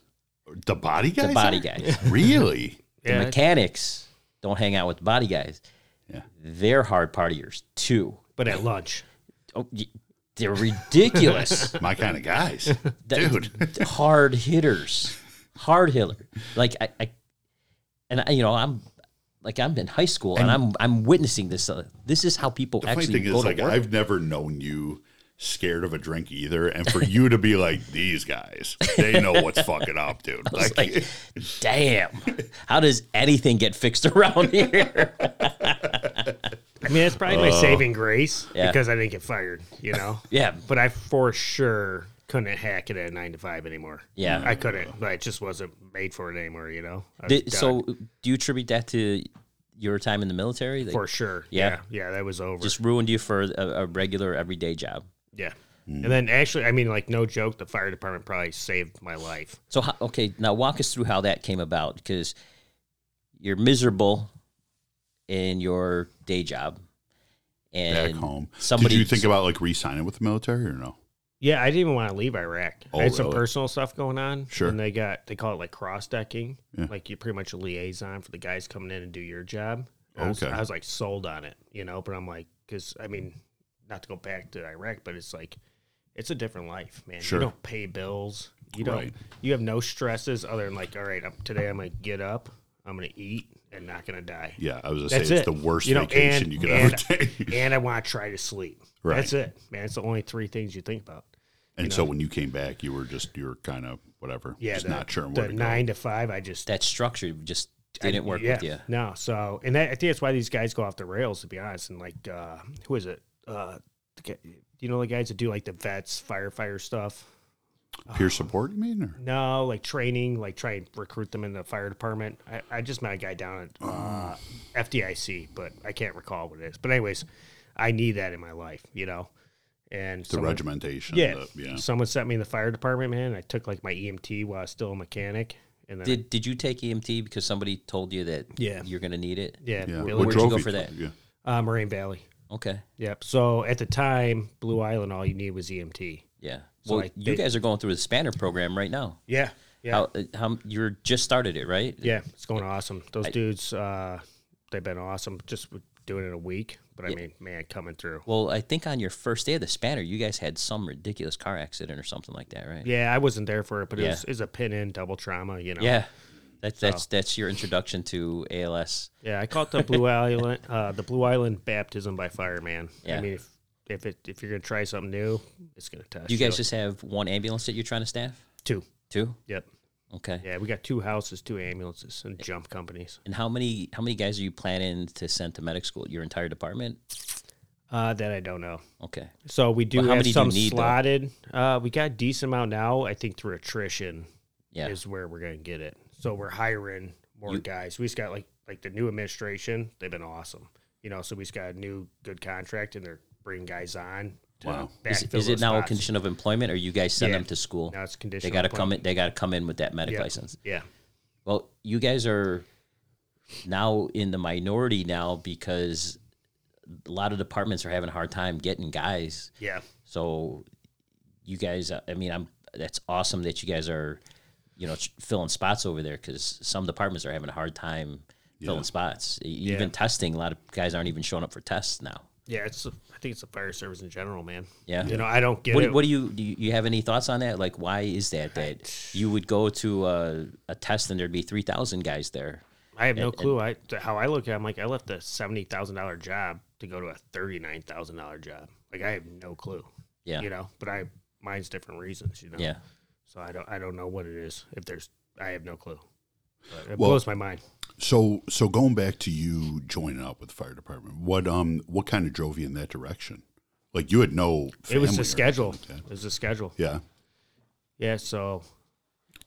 S2: The body guys.
S1: The body
S2: are?
S1: guys.
S2: Really?
S1: The
S3: Yeah.
S1: mechanics don't hang out with the body guys.
S2: Yeah.
S1: They're hard partiers too.
S3: But at lunch,
S1: Oh, y- they're ridiculous.
S2: My kind of guys,
S1: That-
S2: dude.
S1: hard hitters. Hard hitter. Like I, I and I, you know, I'm like I'm in high school and, I'm I'm witnessing this. Uh, this is how people
S2: Funny
S1: actually
S2: thing
S1: go
S2: is,
S1: to
S2: like,
S1: work.
S2: I've never known you scared of a drink either, and for you to be like these guys, they know what's fucking up, dude. Like,
S1: It's like, damn, how does anything get fixed around here?
S3: I mean, that's probably my saving grace
S1: Oh. Yeah.
S3: because I didn't get fired, you know.
S1: yeah,
S3: But I for sure couldn't hack it at nine to five anymore.
S1: Yeah.
S3: I couldn't. Like, it just wasn't made for it anymore, you know. I was
S1: Did-
S3: done,
S1: so do you attribute that to your time in the military? Like,
S3: for sure,
S1: Yeah.
S3: yeah, yeah, that was over.
S1: just ruined you for a, a regular everyday job.
S3: yeah.
S2: Mm.
S3: And then actually, I mean, like no joke, the fire department probably saved my life.
S1: So how, okay, now walk us through how that came about because you're miserable in your day job and
S2: back home.
S1: Somebody
S2: Did you think about like re-signing with the military or no?
S3: Yeah, I didn't even want to leave Iraq.
S2: Oh,
S3: I had some
S2: really?
S3: personal stuff going on.
S2: Sure.
S3: And they got they call it like cross decking.
S2: Yeah.
S3: Like you're pretty much a liaison for the guys coming in and do your job. I was,
S2: Okay.
S3: I was like sold on it, you know. But I'm like, because I mean, not to go back to Iraq, but it's like, it's a different life, man.
S2: Sure.
S3: You don't pay bills. You don't.
S2: Right.
S3: You have no stresses other than like, all right, I'm, today I'm gonna get up, I'm gonna eat, and not gonna die.
S2: Yeah, I was gonna
S3: That's
S2: say
S3: it.
S2: it's the worst
S3: You know,
S2: vacation
S3: and-
S2: you could
S3: and-
S2: ever take.
S3: And I want to try to sleep.
S2: Right.
S3: That's it, man. It's the only three things you think about.
S2: And so when you came back, you were just you were kind of whatever.
S3: Yeah,
S2: just
S3: the-
S2: not sure
S3: the
S2: where to
S3: nine to five, I just
S1: that structure just didn't work
S3: yeah,
S1: with you.
S3: No, so and that, I think that's why these guys go off the rails, to be honest. And like, uh, who is it? Uh, the guy- you know the guys that do like the vets, firefighter stuff.
S2: go.
S3: Oh.
S2: Peer support, you mean? Or?
S3: No, like training, like try and recruit them in the fire department. I, I just met a guy down at uh, FDIC, but I can't recall what it is. But anyways, I need that in my life, you know. And
S2: The regimentation.
S3: yeah,
S2: the- yeah.
S3: someone sent me in the fire department, man. I took like my EMT while I was still a mechanic, and then I-
S1: Did did you take EMT because somebody told you that
S3: Yeah.
S1: you're going to need it?
S3: yeah,
S2: yeah.
S3: Billy-
S1: What Where'd you go
S2: trophy?
S1: for that?
S2: Yeah.
S3: uh, Moraine Valley.
S1: Okay.
S3: Yep. So at the time, Blue Island, all you need was E EMT.
S1: Yeah.
S3: So,
S1: well,
S3: like,
S1: you
S3: they-
S1: guys are going through the spanner program right now.
S3: Yeah. Yeah.
S1: How, uh, how you're just started it, right?
S3: yeah. It's going awesome. Those dudes, uh, they've been awesome. Just with doing it in a week, but I mean, man, coming through.
S1: Well, I think on your first day of the spanner, you guys had some ridiculous car accident or something like that, right?
S3: Yeah, I wasn't there for it, but
S1: Yeah.
S3: it, was, it was a pin in double trauma. You know.
S1: Yeah. That, that's that's your introduction to ALS.
S3: Yeah. I call it the Blue Island, uh, the Blue Island baptism by fire, man.
S1: Yeah.
S3: I mean, if if it, if you're gonna try something new, it's gonna test.
S1: Do you guys just have one ambulance that you're trying to staff?
S3: two?
S1: Two?
S3: Yep.
S1: Okay.
S3: Yeah, we got two houses, two ambulances, and jump companies.
S1: And how many how many guys are you planning to send to medic school? Your entire department?
S3: Uh, that I don't know.
S1: Okay.
S3: So we do
S1: But how
S3: have
S1: many do you
S3: some
S1: need, though?
S3: slotted. Uh, we got a decent amount now. I think through attrition
S1: Yeah.
S3: is where we're going to get it. So we're hiring more guys. We just got like like the new administration. They've been awesome. You know, so we just got a new good contract, and they're bringing guys on. To
S2: Wow.
S1: Is,
S3: backfill
S1: is it
S3: those
S1: now a
S3: spots.
S1: condition of employment or you guys send
S3: Yeah.
S1: them to school?
S3: Now it's
S1: they
S3: conditional.
S1: gotta come in
S3: appointment.
S1: they gotta come in with that medic
S3: Yeah.
S1: license.
S3: Yeah,
S1: Well, you guys are now in the minority now because a lot of departments are having a hard time getting guys.
S3: yeah.
S1: So you guys, uh, I mean, I'm that's awesome that you guys are, you know, filling spots over there because some departments are having a hard time filling spots. E- Even testing, a lot of guys aren't even showing up for tests now.
S3: Yeah, it's. I think it's the fire service in general, man.
S1: Yeah.
S3: You know, I don't get
S1: What,
S3: it.
S1: do- what do you do? You you have any thoughts on that? Like, why is that that you would go to a, a test and there'd be three thousand guys there?
S3: I have no clue. I how I look at. it, I'm like I left a seventy thousand dollar job to go to a thirty nine thousand dollar job. Like I have no clue.
S1: Yeah.
S3: You know, but I mine's different reasons. You know.
S1: Yeah.
S3: So I don't I don't know what it is. If there's I have no clue. But it
S2: Well-
S3: blows my mind.
S2: So so going back to you joining up with the fire department, what um what kind of drove you in that direction? Like you had no
S3: It was
S2: family
S3: the
S2: or
S3: schedule.
S2: anything like
S3: It
S2: that.
S3: was the schedule.
S2: Yeah. A
S3: Yeah, so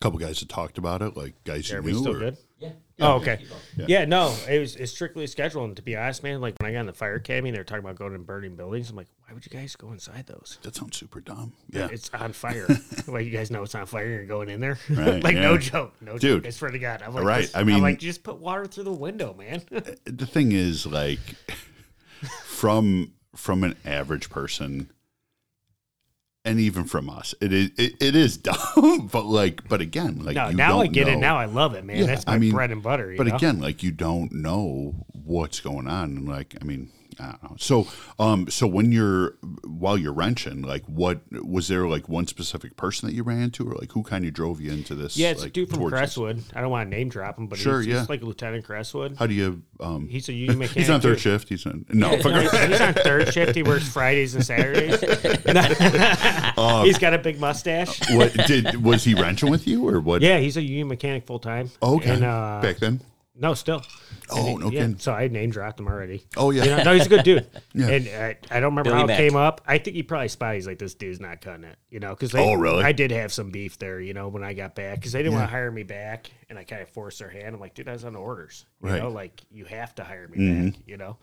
S2: couple guys that talked about it, like guys you
S3: everybody's
S2: knew
S3: still
S2: or-
S3: good.
S1: Yeah.
S3: Oh, okay.
S2: Yeah.
S3: Yeah. no, it was it's strictly scheduled. And to be honest, man, like when I got in the fire academy, they were talking about going and burning buildings. I'm like, why would you guys go inside those?
S2: that sounds super dumb. Yeah.
S3: It's on fire. like you guys know it's on fire. You're going in there.
S2: Right,
S3: like no
S2: yeah.
S3: joke, no
S2: Dude.
S3: joke. I swear to God, I'm like,
S2: Right,
S3: just-
S2: I
S3: I'm
S2: mean-
S3: like just put water through the window, man.
S2: the thing is like from from an average person and even from us it is it, it is dumb but like but again like
S3: no,
S2: you
S3: now I
S2: don't
S3: get it.
S2: know-
S3: Now I love it, man.
S2: Yeah,
S3: That's
S2: I
S3: my
S2: mean,
S3: bread and butter. you
S2: but
S3: know?
S2: again like you don't know what's going on and like i mean I don't know. So, um, so when you're while you're wrenching, like, what was there like one specific person that you ran into, or like who kind of drove you into this?
S3: yeah, it's
S2: like,
S3: a dude from
S2: towards this?
S3: Crestwood. I don't want to name drop him, but
S2: Sure,
S3: he's,
S2: yeah.
S3: he's like Lieutenant Crestwood.
S2: How do you? Um,
S3: He's a union mechanic.
S2: he's on third
S3: too.
S2: shift. He's on no.
S3: No, he's, he's on third shift. He works Fridays and Saturdays.
S2: Oh.
S3: he's got a big mustache.
S2: what did was he wrenching with you or what?
S3: Yeah, he's a union mechanic full time.
S2: Okay.
S3: And, uh,
S2: Back then.
S3: no, still.
S2: Oh, no
S3: yeah,
S2: kidding.
S3: So I name dropped him already.
S2: Oh, yeah.
S3: You know, no, he's a good dude.
S2: Yeah.
S3: And I, I don't remember
S1: Billy
S3: how
S1: Mack.
S3: it came up. I think he probably spied. He's like, this dude's not cutting it. You know, because
S2: Oh, really?
S3: I did have some beef there. You know, when I got back, because they didn't want to hire me back, and I kind of forced their hand. I'm like, dude, I was on orders. You
S2: Right.
S3: know, like you have to hire me back. You know,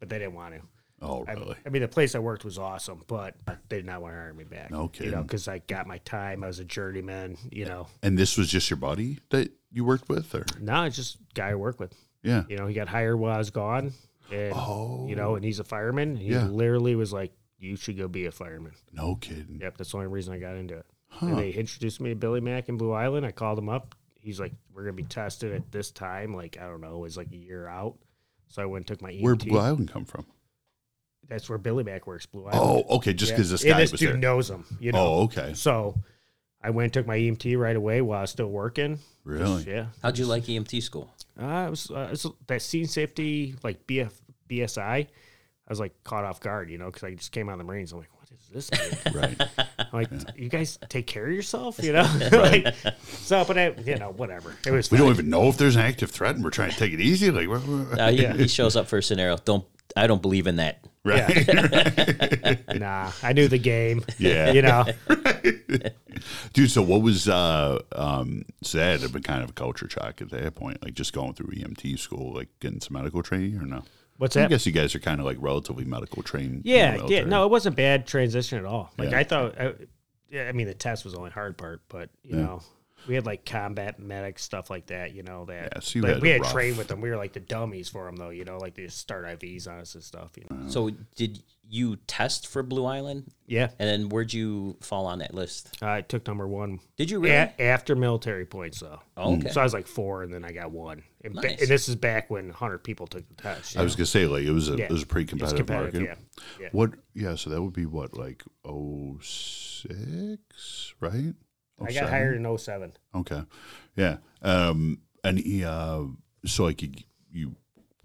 S3: but they didn't want to.
S2: Oh,
S3: I,
S2: really?
S3: I mean, the place I worked was awesome, but they did not want to hire me back.
S2: No
S3: You know,
S2: kidding.
S3: because I got my time. I was a journeyman. You know,
S2: And this was just your buddy that you worked with, or
S3: now it's just a guy I work with.
S2: yeah,
S3: You know, he got hired while I was gone, and
S2: Oh,
S3: you know, and he's a fireman. He
S2: Yeah.
S3: literally was like, "You should go be a fireman."
S2: no kidding.
S3: Yep, that's the only reason I got into it. And they introduced me to Billy Mack in Blue Island. I called him up. He's like, "We're gonna be tested at this time." Like I don't know, it was like a year out. So I went and took my EMT.
S2: Where'd Blue Island come from?
S3: That's where Billy Mack works. Blue Island.
S2: Oh, okay, just because this
S3: And
S2: guy
S3: this
S2: was
S3: dude
S2: there.
S3: knows him. You know.
S2: oh, okay,
S3: So I went and took my EMT right away while I was still working.
S2: really?
S3: Yeah.
S1: How'd you like EMT school?
S3: Uh, it was, uh, it was that scene safety, like BF, BSI. I was like caught off guard, you know, because I just came out of the Marines. I'm like, what is this? thing?"
S2: Right.
S3: I'm like, you guys take care of yourself, you know? like, so, but I, you know, whatever. It was,
S2: We
S3: fine.
S2: don't even know if there's an active threat, and we're trying to take it easy. Like, we're- we're-
S1: Uh, he, he shows up for a scenario. Don't I don't believe in that.
S2: right?
S3: nah, I knew the game.
S2: Yeah.
S3: You know,
S2: dude. So what was? uh um So that had been kind of a culture shock at that point, like just going through EMT school, like getting some medical training, or no?
S3: what's
S2: I
S3: that?
S2: guess you guys are kind of like relatively medical trained. in the
S3: Yeah, yeah.
S2: military.
S3: No, it wasn't bad transition at all. Like
S2: Yeah.
S3: I thought. I, yeah, I mean the test was the only hard part, but you know we had like combat medic stuff like that. You know that.
S2: Yeah, so you
S3: like,
S2: had
S3: we
S2: a
S3: had
S2: rough-
S3: trained with them. We were like the dummies for them though. You know, like they just start IVs on us and stuff. You know.
S1: So did you test for Blue Island?
S3: Yeah,
S1: And then where'd you fall on that list?
S3: I took number one.
S1: Did you really?
S3: A- after military points though.
S1: Oh, okay.
S3: So I was like four, and then I got one. And, ba-
S1: Nice.
S3: and this is back when 100 people took the test. you
S2: I was gonna say like it was a
S3: Yeah.
S2: it was a pretty
S3: know? It's
S2: competitive,
S3: competitive.
S2: market.
S3: Yeah. Yeah.
S2: What? Yeah, so that would be what, like oh six, right?
S3: I got
S2: 07?
S3: hired in 07.
S2: Okay, yeah. Um, and he, uh, so like you, you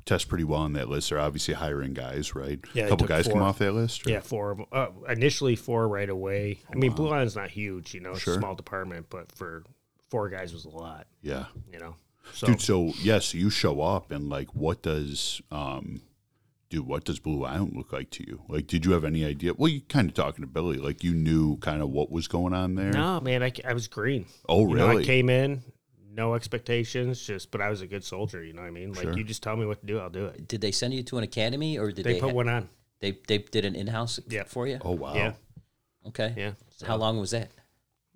S2: test pretty well on that list. They're obviously hiring guys, right?
S3: Yeah,
S2: a
S3: they
S2: couple
S3: took
S2: guys come
S3: four.
S2: off that list. or-
S3: Yeah, four of 'em. Uh, initially, four right away. I mean, Blue Island's not huge, you know, it's a small department, but for four guys was a lot,
S2: yeah,
S3: you know. So
S2: dude. So yes, you show up and like, what does um. Dude, what does Blue Island look like to you? Like, did you have any idea? Well, you kind of talking to Billy, like you knew kind of what was going on there.
S3: no, man, I, I was green.
S2: Oh,
S3: You
S2: really?
S3: know, I came in, no expectations, just but I was a good soldier. You know what I mean? Like you just tell me what to do, I'll do it.
S1: did they send you to an academy or did
S3: They
S1: they
S3: put one on.
S1: they, they did an in-house
S3: Yeah.
S1: for you?
S2: oh wow.
S3: Yeah,
S1: Okay.
S3: yeah.
S1: How long was that?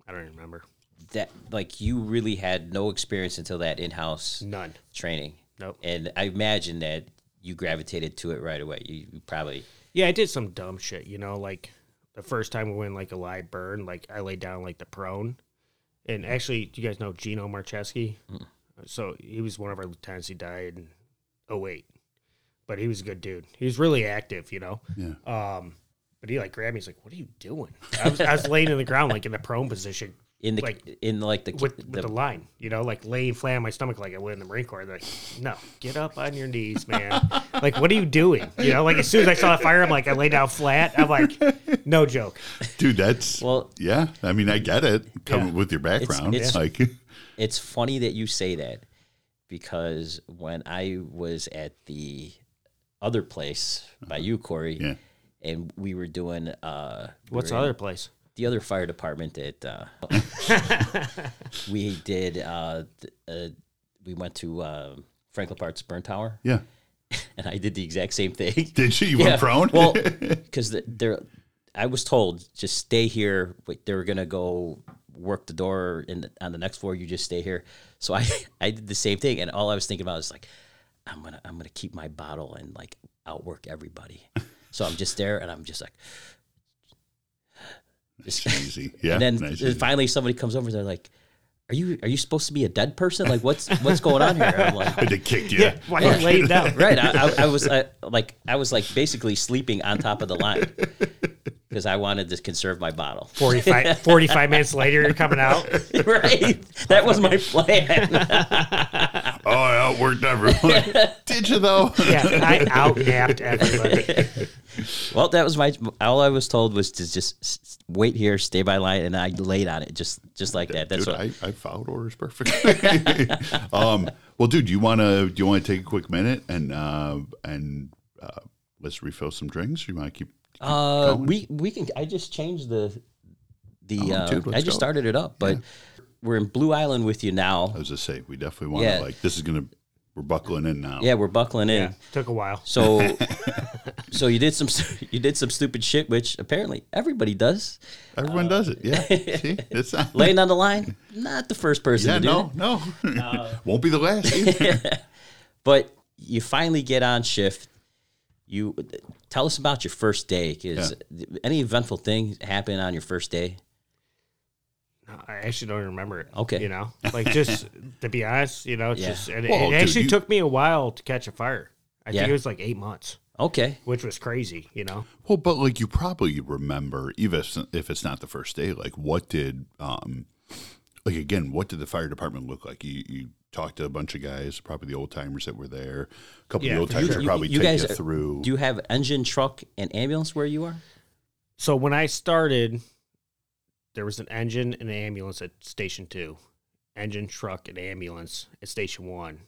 S3: I don't remember
S1: That like you really had no experience until that in-house
S3: none.
S1: training.
S3: Nope.
S1: And I imagine that you gravitated to it right away. You, you probably
S3: Yeah, I did some dumb shit, you know, like the first time we went like a live burn, like I laid down like the prone. And actually, do you guys know Gino Marcheski? So he was one of our lieutenants. He died in 08. But he was a good dude. He was really active, you know.
S2: Yeah.
S3: Um, but he like grabbed me. He's like, "What are you doing?" I was, I was laying in the ground, like in the prone position,
S1: in the
S3: Like,
S1: in like the
S3: with,
S1: the-
S3: with the line, you know, like laying flat on my stomach like I would in the Marine Corps. They're like, no, get up on your knees, man. like, what are you doing? You know, like as soon as I saw the fire, I'm like, I lay down flat. I'm like, no joke.
S2: dude that's
S1: Well-
S2: yeah i mean i get it coming with your background
S1: it's-
S2: like
S1: it's funny that you say that because when I was at the other place by you, Corey,
S2: Uh-huh. Yeah.
S1: and we were doing uh,
S4: What's the other place?
S1: the other fire department that uh, we did. Uh, th- uh, we went to uh, Franklin Park's burn tower,
S2: Yeah.
S1: and I did the exact same thing.
S2: Did you? You
S1: yeah.
S2: went prone?
S1: well, because they're, I was told just stay here. Wait, they were gonna go work the door in on the next floor. You just stay here. So I I did the same thing, and all I was thinking about is like, I'm gonna I'm gonna keep my bottle and like outwork everybody. So I'm just there, and I'm just like,
S2: it's easy. Yeah.
S1: and then
S2: nice
S1: then
S2: easy.
S1: finally somebody comes over. They're like, Are you are you supposed to be a dead person? Like what's what's going on here? And I'm like,
S2: they kicked you.
S3: Why you laid down?
S1: right. I, I, I was uh, like, I was like basically sleeping on top of the line because I wanted to conserve my bottle.
S3: 45, 45 minutes later, you're coming out.
S1: right. That was my plan.
S2: Oh, I outworked everyone. Did you though?
S3: Yeah, I outnapped everybody.
S1: well, that was my. All I was told was to just s- s- wait here, stay by line, and I laid on it just just like that. That's
S2: dude,
S1: what.
S2: I, I followed orders perfectly. um, well, dude, you want to do you want to take a quick minute and uh, and uh, let's refill some drinks? You want to keep? Oh,
S1: uh, we we can. I just changed the the. uh,
S2: dude, let's
S1: I just
S2: go.
S1: started it up, but we're in Blue Island with you now.
S2: I was just say we definitely want to
S1: Yeah.
S2: like this is gonna we're buckling in now.
S1: Yeah, we're buckling in.
S3: Took a while.
S1: So, so you did some stu- you did some stupid shit, which apparently everybody does.
S2: everyone does it. Yeah, see, it's not.
S1: Laying on the line, not the first person
S2: yeah,
S1: to do
S2: no,
S1: it.
S2: no, won't be the last. either.
S1: But you finally get on shift. You tell us about your first day. Is any eventful thing happen on your first day?
S3: I actually don't remember it.
S1: Okay.
S3: You know, like just to be honest, you know, it's
S1: Yeah.
S3: just, and it-
S2: Well,
S3: it,
S2: dude,
S3: actually
S2: you-
S3: took me a while to catch a fire. I
S1: Yeah.
S3: think it was like eight months,
S1: Okay,
S3: which was crazy, you know?
S2: Well, but like you probably remember, even if, if it's not the first day, like what did, um, like again, what did the fire department look like? You you talked to a bunch of guys, probably the old timers that were there. A couple of
S3: Yeah,
S2: the old
S3: for
S2: timers
S1: sure.
S2: that
S1: You-
S2: probably
S1: you
S2: take
S1: guys
S2: you
S1: are-
S2: through.
S1: do you have engine, truck, and ambulance where you are?
S3: So when I started, there was an engine and an ambulance at station two, engine, truck, and ambulance at station one,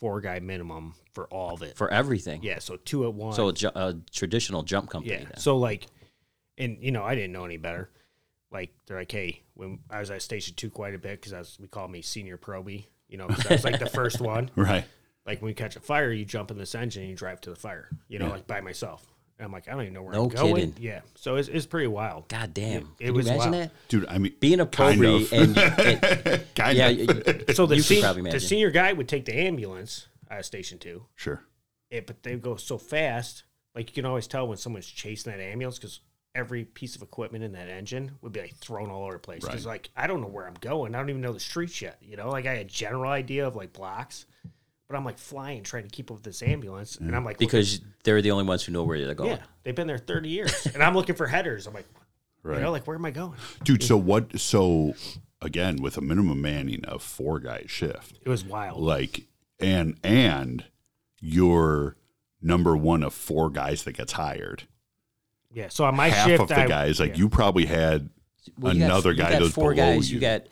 S3: four guy minimum for all of it.
S1: For everything.
S3: yeah. So two at one.
S1: So a, ju- a traditional jump company.
S3: Yeah.
S1: then.
S3: So like, and you know, I didn't know any better. Like they're like, hey, when I was at station two quite a bit because I was, we call me senior probie. You know, 'cause I was like the first one.
S2: right.
S3: Like when you catch a fire, you jump in this engine and you drive to the fire. You know, like by myself. And I'm like, I don't even know where
S1: No
S3: I'm going.
S1: kidding.
S3: Yeah. So it's, it's pretty wild.
S1: God damn.
S3: It
S1: Can
S3: was
S1: you imagine
S3: wild.
S1: that?
S2: Dude, I mean,
S1: Being a
S2: Kind
S1: probie
S2: of.
S1: and, and
S2: kind
S1: yeah,
S2: of.
S1: you-
S3: So the,
S1: You could
S3: sen-
S1: probably
S3: the
S1: imagine.
S3: senior guy would take the ambulance out of station two,
S2: sure.
S3: it, but they go so fast. Like you can always tell when someone's chasing that ambulance because every piece of equipment in that engine would be like thrown all over the place. Because like I don't know where I'm going. I don't even know the streets yet. You know, like I had a general idea of like blocks, but I'm like flying trying to keep up with this ambulance, and I'm like
S1: because they're the only ones who know where they're going.
S3: yeah, they've been there 30 years, and I'm looking for headers. I'm like,
S2: Right.
S3: you know, like where am I going?
S2: Dude, so what? So again, with a minimum manning of four guy shift,
S3: It was wild.
S2: like and and you're number one of four guys that gets hired.
S3: Yeah. So on my
S2: half
S3: shift,
S2: of the
S3: I,
S2: guys. Like
S3: yeah.
S2: you probably had
S1: Well, you got-
S2: another
S1: you
S2: guy
S1: got
S2: that was
S1: four
S2: below
S1: guys.
S2: you.
S1: You. got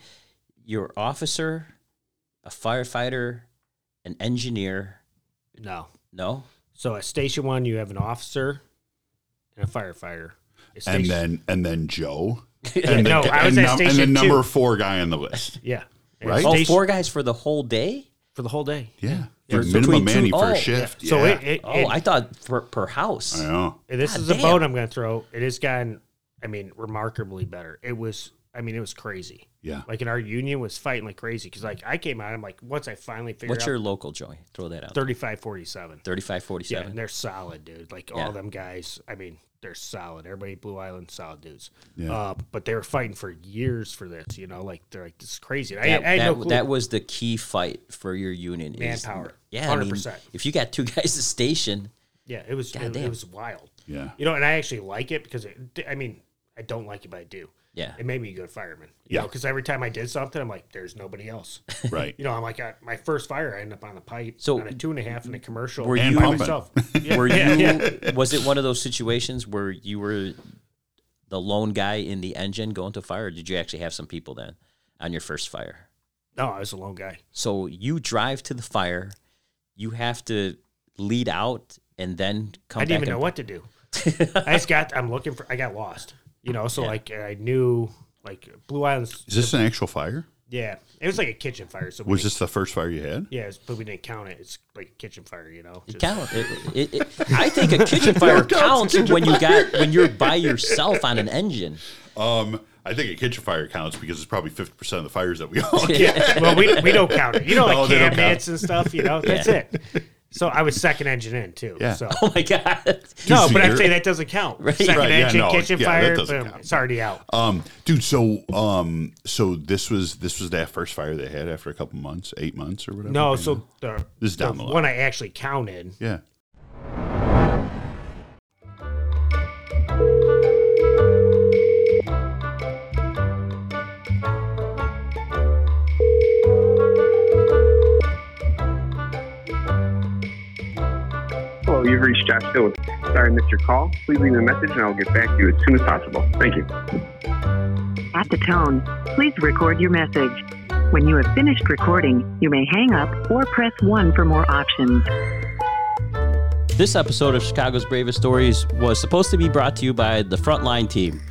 S1: your officer, a firefighter, an engineer.
S3: no.
S1: No,
S3: So at station one, you have an officer and a firefighter. At
S2: and
S3: station-
S2: then and then Joe. And
S3: Yeah, no, I was
S2: and, num- and
S3: at
S2: the
S3: station two.
S2: number four guy on the list.
S3: yeah, And
S2: Right?
S1: oh,
S3: station-
S1: four guys for the whole day.
S3: for the whole day.
S2: Yeah.
S1: Yeah,
S2: For
S1: so
S2: minimum
S1: between two-
S2: manning
S1: oh,
S2: for a
S1: yeah.
S2: shift. Yeah.
S3: So it, it,
S1: Oh,
S3: it-
S1: I thought per, per house.
S2: I know.
S3: and this
S1: God
S3: is a
S1: damn.
S3: bone I'm going to throw. It has gotten, I mean, remarkably better. It was, I mean, it was crazy.
S2: Yeah.
S3: Like, in our union was fighting like crazy because, like, I came out. I'm like, once I finally figured
S1: What's
S3: out
S1: your local, Joey? Throw that out.
S3: 35, 47.
S1: Thirty-five,
S3: Yeah,
S1: forty-seven.
S3: and they're solid, dude. Like
S1: Yeah.
S3: all them guys. I mean, they're solid. Everybody, at Blue Island, solid dudes.
S2: Yeah.
S3: Uh, but they were fighting for years for this. You know, like they're like this is crazy. And I,
S1: That,
S3: I had
S1: that,
S3: no clue.
S1: that was the key fight for your union. is-
S3: Manpower.
S1: Yeah, I mean,
S3: 100%.
S1: if you got two guys to station,
S3: yeah, it was it,
S1: damn.
S3: it was wild.
S2: Yeah.
S3: You know, and I actually like it because it, I mean, I don't like it, but I do.
S1: yeah,
S3: It made me a good fireman. You
S2: Yeah.
S3: know, because every time I did something, I'm like, there's nobody else.
S2: Right.
S3: you know, I'm like, I, my first fire, I end up on the pipe,
S1: So-
S3: on a two and a half in a commercial,
S1: Were
S3: and
S1: you-
S3: by
S2: pumping.
S3: myself. Yeah,
S1: were you?
S3: yeah, yeah.
S1: Was it one of those situations where you were the lone guy in the engine going to fire? Or did you actually have some people then on your first fire?
S3: No, I was a lone guy.
S1: So you drive to the fire, you have to lead out and then come
S3: I
S1: back.
S3: didn't even know
S1: and,
S3: what to do. I just got. I'm looking for. I got lost. You know, so like I knew like Blue Islands.
S2: Is this an actual fire?
S3: Yeah, it was like a kitchen fire. So we
S2: Was
S3: didn't-
S2: this the first fire you had?
S3: yeah, it was- but we didn't count it. It's like a kitchen fire. You know, just,
S1: Count. It- it- it- I think a kitchen fire counts when you got when you're by yourself on an engine.
S2: Um, I think a kitchen fire counts because it's probably fifty percent of the fires that we all get.
S3: yeah. Well, we, we don't count it. You know, like
S2: No, they don't
S3: camp
S2: count.
S3: hits and stuff. You know, that's it. So I was second engine in too.
S2: Yeah.
S3: So
S1: Oh my god!
S3: no,
S2: so
S3: but I'm
S2: you're-
S3: saying that doesn't count. Second
S2: Right, yeah,
S3: engine,
S2: no,
S3: kitchen
S2: yeah, that
S3: fire,
S2: doesn't
S3: boom,
S2: count.
S3: it's already out.
S2: Um, dude, so um, so this was this was that first fire they had after a couple months, eight months or whatever.
S3: no,
S2: right
S3: so
S2: now?
S3: the,
S2: This is
S3: the
S2: down the line.
S3: one I actually counted
S2: yeah,
S4: Hello, you've reached Josh Dillon. Sorry I missed your call. Please leave a message and I'll get back to you as soon as possible. Thank you.
S5: At the tone, please record your message. When you have finished recording, you may hang up or press 1 for more options.
S1: This episode of Chicago's Bravest Stories was supposed to be brought to you by the Frontline team.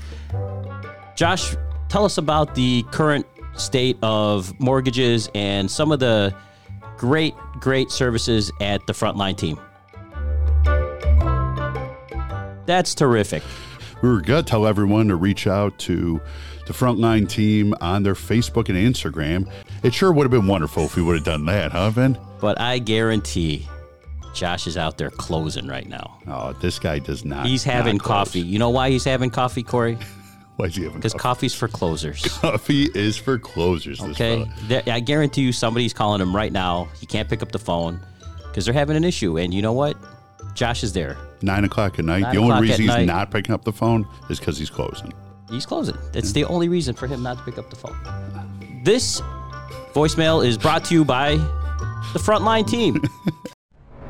S1: Josh, tell us about the current state of mortgages and some of the great, great services at the Frontline team. That's terrific.
S2: we were gonna tell everyone to reach out to the frontline team on their Facebook and Instagram. It sure would have been wonderful if we would have done that, huh, Ben?
S1: But I guarantee Josh is out there closing right now.
S2: Oh, this guy does not.
S1: He's having
S2: not close.
S1: coffee. You know why he's having coffee, Corey?
S2: Why is he having
S1: Because
S2: coffee?
S1: coffee's for closers.
S2: Coffee is for closers. This
S1: Okay,
S2: fella.
S1: There- I guarantee you somebody's calling him right now. He can't pick up the phone because they're having an issue. And you know what? Josh is there.
S2: nine o'clock at night.
S1: Nine
S2: the only
S1: o'clock at
S2: reason he's
S1: night.
S2: not picking up the phone is because he's closing.
S1: He's closing. That's the only reason for him not to pick up the phone. This voicemail is brought to you by the frontline team.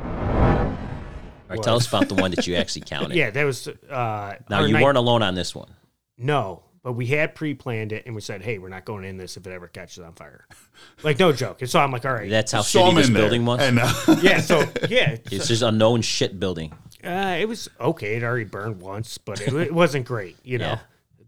S1: All right, tell us about the one that you actually counted.
S3: Yeah, that was. Uh,
S1: Now
S3: our
S1: you
S3: night-
S1: weren't alone on this one.
S3: No, but we had pre-planned it, and we said, "Hey, we're not going in this if it ever catches on fire." Like no joke. And so I'm like, "All right,
S1: That's how
S2: So
S1: shitty
S2: I'm
S1: this
S2: in there,
S1: building was.
S2: and, uh,
S3: yeah." So yeah,
S1: it's just unknown shit building.
S3: uh, it was okay. It already burned once, but it, it wasn't great. You know,
S1: Yeah.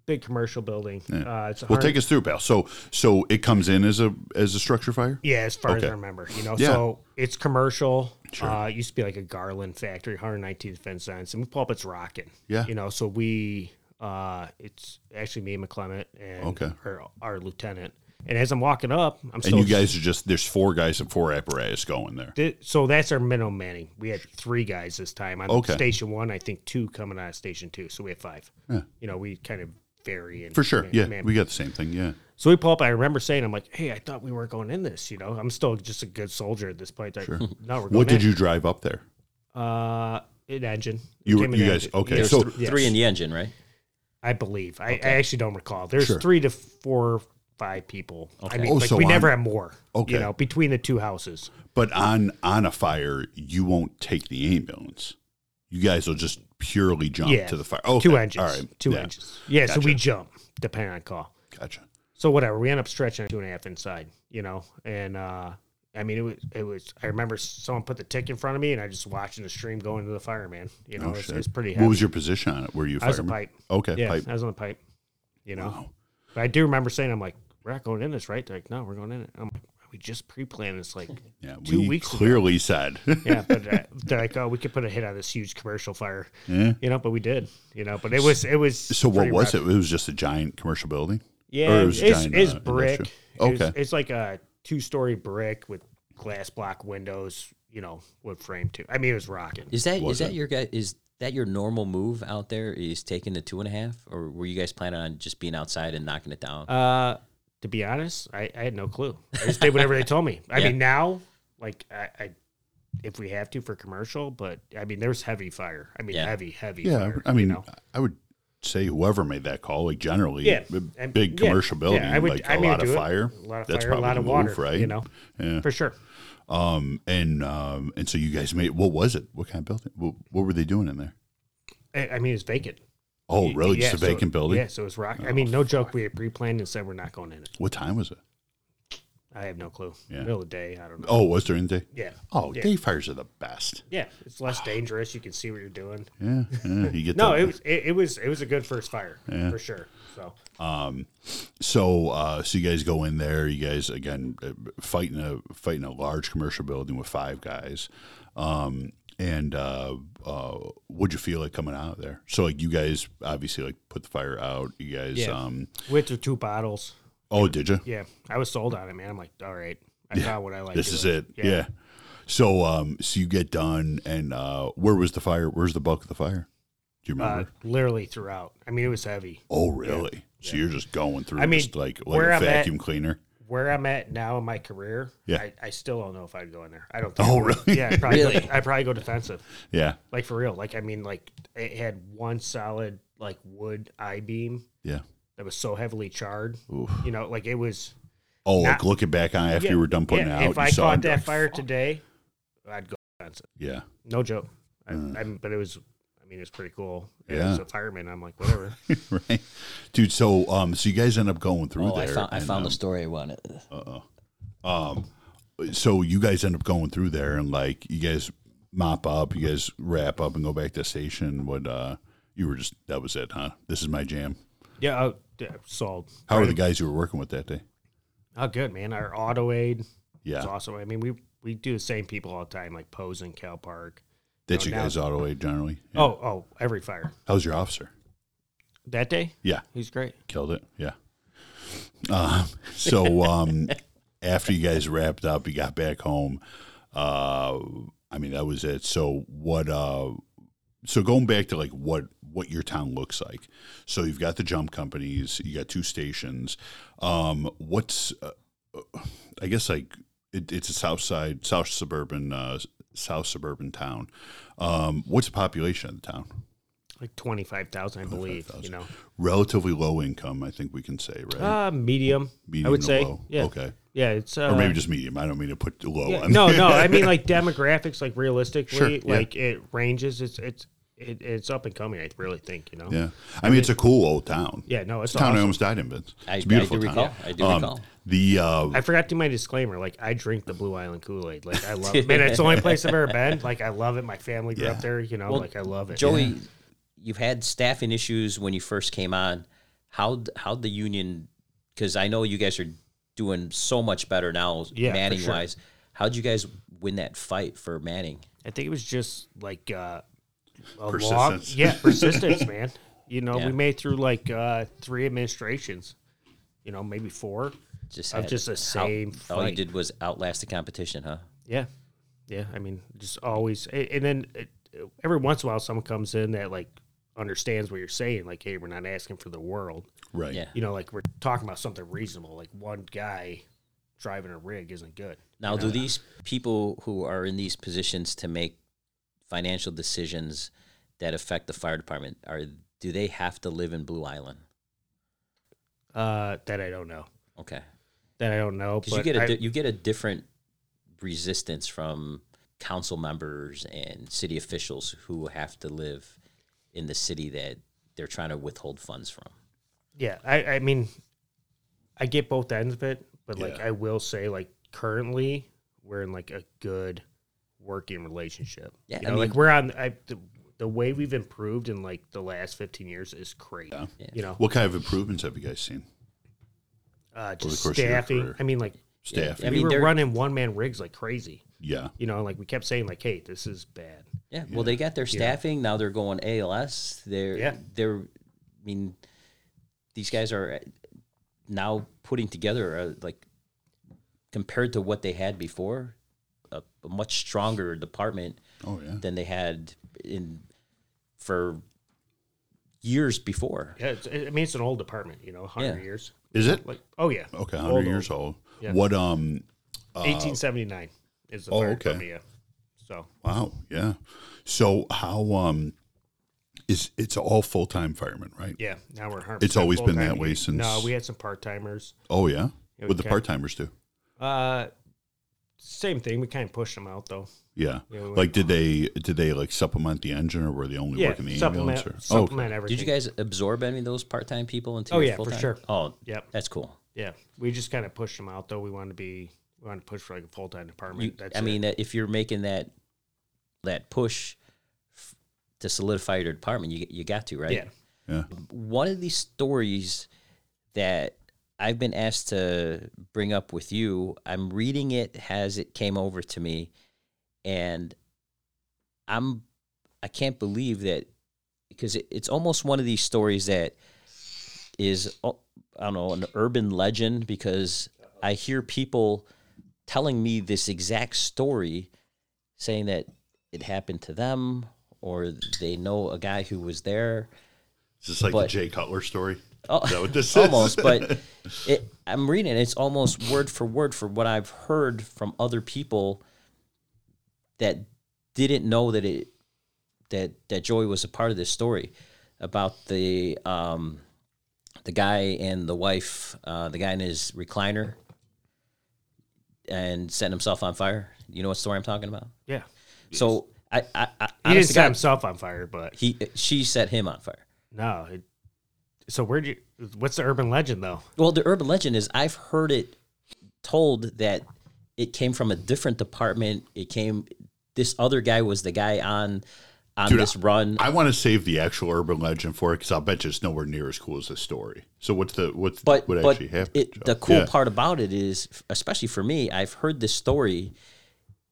S3: big commercial building. Uh, it's
S2: well,
S3: hard-
S2: take us through, pal. So, so it comes in as a as a structure fire.
S3: Yeah, as far as I
S2: Okay.
S3: remember, you know,
S2: Yeah.
S3: so it's commercial. Uh, it used to be like a Garland factory, 119th fence fence, and we pull up, it's rocking.
S2: Yeah.
S3: you know, so we, uh, it's actually me, McClement, and
S2: Okay.
S3: our, our lieutenant. And as I'm walking up, I'm
S2: And
S3: still
S2: you guys are just there's four guys and four apparatus going there.
S3: Thi- so that's our minimum manning. We had three guys this time on
S2: Okay.
S3: station one. I think two coming out of station two, so we had five.
S2: Yeah.
S3: You know, we kind of vary and
S2: For sure,
S3: man-
S2: yeah,
S3: man-
S2: we got the same thing. Yeah,
S3: so we pull up. I remember saying, "I'm like, hey, I thought we weren't going in this." You know, I'm still just a good soldier at this point. Like, No, we're going
S2: what did
S3: in.
S2: you drive up there?
S3: Uh, an engine.
S2: You
S3: It
S2: were,
S3: came in
S2: you
S3: an
S2: guys
S3: engine.
S2: okay?
S3: Yeah.
S1: There's
S2: so
S1: th- three in the engine, right?
S3: I believe. I, I actually don't recall. There's
S2: Sure.
S3: three to four, five people. I mean,
S2: Oh,
S3: like,
S2: so
S3: we never
S2: on-
S3: had more.
S2: Okay.
S3: You know, between the two houses.
S2: but on on a fire, you won't take the ambulance. You guys will just purely jump
S3: Yeah.
S2: to the fire. Okay.
S3: Two engines.
S2: All right.
S3: Two
S2: Yeah.
S3: engines. Yeah. So we jump depending on call.
S2: Gotcha.
S3: so whatever we end up stretching two and a half inside you know and uh i mean it was it was i remember someone put the tick in front of me and i just watching the stream go into the fire man you know
S2: Oh,
S3: it's,
S2: shit.
S3: it's pretty heavy
S2: What was your position on it? Were you? a
S3: i was a
S2: fireman?
S3: pipe
S2: Okay.
S3: yeah
S2: Pipe.
S3: i was on the pipe you know
S2: Wow.
S3: but i do remember saying i'm like we're not going in this right they're like no we're going in it i'm like we just pre-planned this like
S2: Yeah.
S3: Two
S2: we
S3: weeks ago.
S2: clearly said.
S3: yeah but uh, they're like oh we could put a hit on this huge commercial fire
S2: Yeah.
S3: you know but we did you know but it was it was
S2: So what
S3: pretty
S2: was
S3: rough.
S2: it? It was just a giant commercial building. it
S3: Yeah, it's
S2: was
S3: it's,
S2: giant, uh,
S3: brick.
S2: industrial?
S3: It's- It's,
S2: Okay.
S3: like a two-story brick with glass block windows. You know, wood frame too. I mean, it was rocking.
S1: Is that is
S2: Was
S1: that
S2: it?
S1: your guy? Is that your normal move out there? Is taking the two and a half, or were you guys planning on just being outside and knocking it down?
S3: Uh, to be honest, I, I had no clue. I just did whatever they told me. I
S1: Yeah.
S3: mean, now like I, I, if we have to for commercial, but I mean, there's heavy fire. I mean,
S1: Yeah.
S3: heavy, heavy.
S2: Yeah,
S3: fire,
S2: I mean,
S3: you know?
S2: I would say whoever made that call, like generally,
S3: Yeah,
S2: b-
S3: and-
S2: big
S3: yeah,
S2: commercial
S3: yeah,
S2: building,
S3: I would-
S2: like
S3: I
S2: a
S3: mean,
S2: lot of
S3: do it.
S2: fire,
S3: A lot of
S2: that's
S3: fire, a
S2: probably
S3: lot
S2: the
S3: of
S2: move,
S3: water,
S2: right?
S3: you know?
S2: yeah.
S3: for sure.
S2: Um, and um, and so you guys made what was it? What kind of building? What, what were they doing in there?
S3: I, I mean, it's vacant.
S2: Oh, really?
S3: Yeah,
S2: just a
S3: so-
S2: vacant building? Oh.
S3: Yeah, so it was rocking. I mean, no joke. We had pre-planned and said we're not going in it.
S2: What time was it?
S3: I have no clue.
S2: Yeah.
S3: Middle of the day, I don't know.
S2: Oh, was during the day?
S3: Yeah.
S2: Oh,
S3: yeah.
S2: day fires are the best.
S3: Yeah, it's less dangerous. You can see what you're doing.
S2: Yeah, yeah, you get
S3: No,
S2: that-
S3: it was it, it was it was a good first fire for sure. So
S2: um, So, uh, so you guys go in there. You guys again uh, fighting a fighting a large commercial building with five guys. Um, and uh, uh, what'd you feel like coming out of there? So, like you guys obviously like put the fire out. You guys,
S3: Yeah.
S2: um,
S3: went through two bottles.
S2: oh, did you?
S3: Yeah, I was sold on it, man. I'm like, all right, I got what I like.
S2: this is it. Yeah. So, um, so you get done, and uh, where was the fire? Where's the bulk of the fire? Do you
S3: Uh,
S2: remember?
S3: literally throughout. I mean, it was heavy.
S2: oh, really? So you're just going through.
S3: I mean,
S2: just like like
S3: where
S2: a
S3: I'm at-
S2: vacuum cleaner.
S3: Where I'm at now in my career,
S2: Yeah.
S3: I, I still don't know if I'd go in there. I don't. Think
S2: Oh,
S3: I would.
S2: really?
S3: Yeah, I'd probably,
S1: Really?
S3: I probably go defensive,
S2: Yeah.
S3: like for real. Like I mean, like it had one solid like wood I beam
S2: Yeah.
S3: that was so heavily charred. You know, like it was.
S2: Oh,
S3: Not-
S2: like looking back on it after
S3: Yeah,
S2: you were done putting
S3: yeah,
S2: it out,
S3: if
S2: you
S3: I
S2: saw
S3: caught
S2: it, you're
S3: that
S2: like,
S3: fire
S2: "Fuck."
S3: today, I'd go defensive.
S2: Yeah.
S3: No joke. I, I, but it was, I mean, it was pretty cool. And
S2: Uh. Yeah.
S3: As a fireman, I'm like, whatever.
S2: right, dude. So, um, so you guys end up going through
S1: Oh,
S2: there.
S1: I found, I
S2: and,
S1: found
S2: um,
S1: the story I wanted.
S2: So you guys end up going through there, and like you guys mop up, you guys wrap up, and go back to the station. What uh, you were just that was it, huh? This is my jam.
S3: yeah, uh, yeah, sold.
S2: How are the guys you were working with that day?
S3: Oh, good man. Our auto aid
S2: Yeah,
S3: is awesome. I mean, we we do the same people all the time, like Pose and Cal Park.
S2: that you
S3: no,
S2: guys auto aid generally. Yeah.
S3: Oh, oh, every fire
S2: how's your officer?
S3: that day.
S2: Yeah,
S3: He's great.
S2: killed it. Yeah. Um, so um, after you guys wrapped up, you got back home. Uh, I mean, that was it. So what? Uh, so going back to like what what your town looks like. So you've got the jump companies. You got two stations. Um, what's uh, I guess like it, it's a south side, south suburban, uh, south suburban town. Um, what's the population of the town?
S3: Like twenty five thousand, I believe. You know,
S2: Relatively low income, I think we can say, right?
S3: uh, medium.
S2: Medium
S3: I would
S2: to
S3: say.
S2: low.
S3: Yeah.
S2: Okay.
S3: Yeah, it's uh,
S2: or maybe just medium. I don't mean to put low.
S3: yeah,
S2: on
S3: no,
S2: there.
S3: no. I mean, like demographics, like realistically,
S2: Sure, yeah.
S3: like it ranges. It's it's it, it's up and coming. I really think you know.
S2: yeah. I mean, it's a cool old town.
S3: Yeah, no, it's
S2: It's a town I
S3: awesome.
S2: almost died in, Vince.
S1: I-
S2: It's a beautiful
S1: I do
S2: town.
S1: recall. I do
S2: Um,
S1: recall.
S2: The uh,
S3: I forgot to do my disclaimer. Like I drink the Blue Island Kool Aid. Like I love it. Man, it's the only place I've ever been. Like I love it. My family grew
S2: Yeah.
S3: up there. You know,
S1: Well,
S3: like I love it.
S1: Joey, you've had staffing issues when you first came on. How how the union? Because I know you guys are doing so much better now,
S3: Yeah, for
S1: Manning
S3: sure.
S1: wise. How'd you guys win that fight for Manning?
S3: I think it was just like uh, a long,
S2: Persistence.
S3: yeah, persistence, man. You know,
S1: Yeah.
S3: we made through like uh, three administrations. You know, maybe four.
S1: Just
S3: Of
S1: had-
S3: just the
S1: how-
S3: same
S1: All you
S3: fight.
S1: did was outlast the competition, huh?
S3: Yeah, yeah. I mean, just always. a- And then it, every once in a while, someone comes in that like understands what you're saying. Like, hey, we're not asking for the world.
S2: right.
S1: Yeah.
S3: you know, like we're talking about something reasonable. Like one guy driving a rig isn't good.
S1: Now, do these people who are in these positions to make financial decisions that affect the fire department are do they have to live in Blue Island?
S3: Uh, that I don't know.
S1: Okay,
S3: That I don't know.
S1: because you
S3: But
S1: get a
S3: I-
S1: di- you get a different resistance from council members and city officials who have to live in the city that they're trying to withhold funds from.
S3: yeah. I, I mean, I get both ends of it, but like
S2: Yeah.
S3: I will say, like currently we're in like a good working relationship.
S1: Yeah,
S3: you
S1: I
S3: know, like
S1: mean-
S3: we're on. I, the, the way we've improved in like the last fifteen years is crazy. You know,
S2: What kind of improvements have you guys seen?
S3: uh,
S2: Over the
S3: just
S2: course of your
S3: staffing.
S2: career.
S3: I mean, like
S2: Staff.
S1: I
S2: Yeah.
S1: mean,
S3: we
S1: they're-
S3: were running one man rigs like crazy.
S2: yeah.
S3: You know, like we kept saying, like, hey, this is bad.
S1: Yeah. Well, they got their staffing now. They're going ALS. They're
S3: Yeah.
S1: they're. I mean, these guys are uh, now putting together a, like compared to what they had before, a, a much stronger department
S2: Oh yeah.
S1: than they had in for years before.
S3: Yeah, it's, I mean it's an old department, you know, hundred
S1: Yeah.
S3: years.
S2: Is it
S3: Like, oh yeah,
S2: okay? Hundred years old.
S3: Yeah.
S2: What? Um.
S3: eighteen seventy nine is the
S2: oh,
S3: fire
S2: okay.
S3: department. Yeah. So
S2: Wow. Yeah. So how? Um. Is it's all full time firemen, right?
S3: yeah, now we're 100%
S2: It's always been that
S3: full-time.
S2: way since-
S3: No, we had some part timers.
S2: Oh yeah.
S3: Yeah, we
S2: What the
S3: can.
S2: part timers do?
S3: Uh, same thing. We kind of pushed them out though.
S2: Yeah.
S3: Yeah, we-
S2: like, did they did they like supplement the engine, or were they only
S3: yeah,
S2: working the
S3: supplement,
S2: ambulance? Or? Oh,
S3: supplement everything.
S1: Did you guys absorb any of those part time people into
S3: Oh,
S1: your
S3: yeah, for
S1: full-time?
S3: sure.
S1: Oh
S3: Yep.
S1: that's cool.
S3: Yeah, we just kind of pushed them out though. We wanted to be we wanted to push for like a full
S1: You,
S3: time department. That's
S1: I
S3: it.
S1: mean, that if you're making that that push f- to solidify your department, you you got to right.
S3: yeah,
S2: Yeah.
S1: One of these stories that I've been asked to bring up with you, I'm reading it as it came over to me, and I'm I can't believe that because it, it's almost one of these stories that is oh, I don't know an urban legend because I hear people telling me this exact story, saying that it happened to them or they know a guy who was there.
S2: Is this like the
S1: But-
S2: Jay Cutler story?
S1: Oh,
S2: Is that what this
S1: almost,
S2: is?
S1: but it, I'm reading it. It's almost word for word for what I've heard from other people that didn't know that it that that Joey was a part of this story about the um, the guy and the wife, uh, the guy in his recliner, and setting himself on fire. You know what story I'm talking about?
S3: yeah.
S1: So I, I, I
S3: He
S1: honest
S3: didn't
S1: to
S3: set
S1: God,
S3: himself on fire, but
S1: he she set him on fire.
S3: no. It, so where'd you? What's the urban legend though?
S1: Well, the urban legend is I've heard it told that it came from a different department. It came this other guy was the guy on on
S2: Dude,
S1: this run.
S2: I want to save the actual urban legend for it because I'll bet you it's nowhere near as cool as this story. So what's the what's
S1: but
S2: what
S1: but
S2: actually happened? Joe?
S1: it, the cool
S2: Yeah,
S1: part about it is, especially for me, I've heard this story,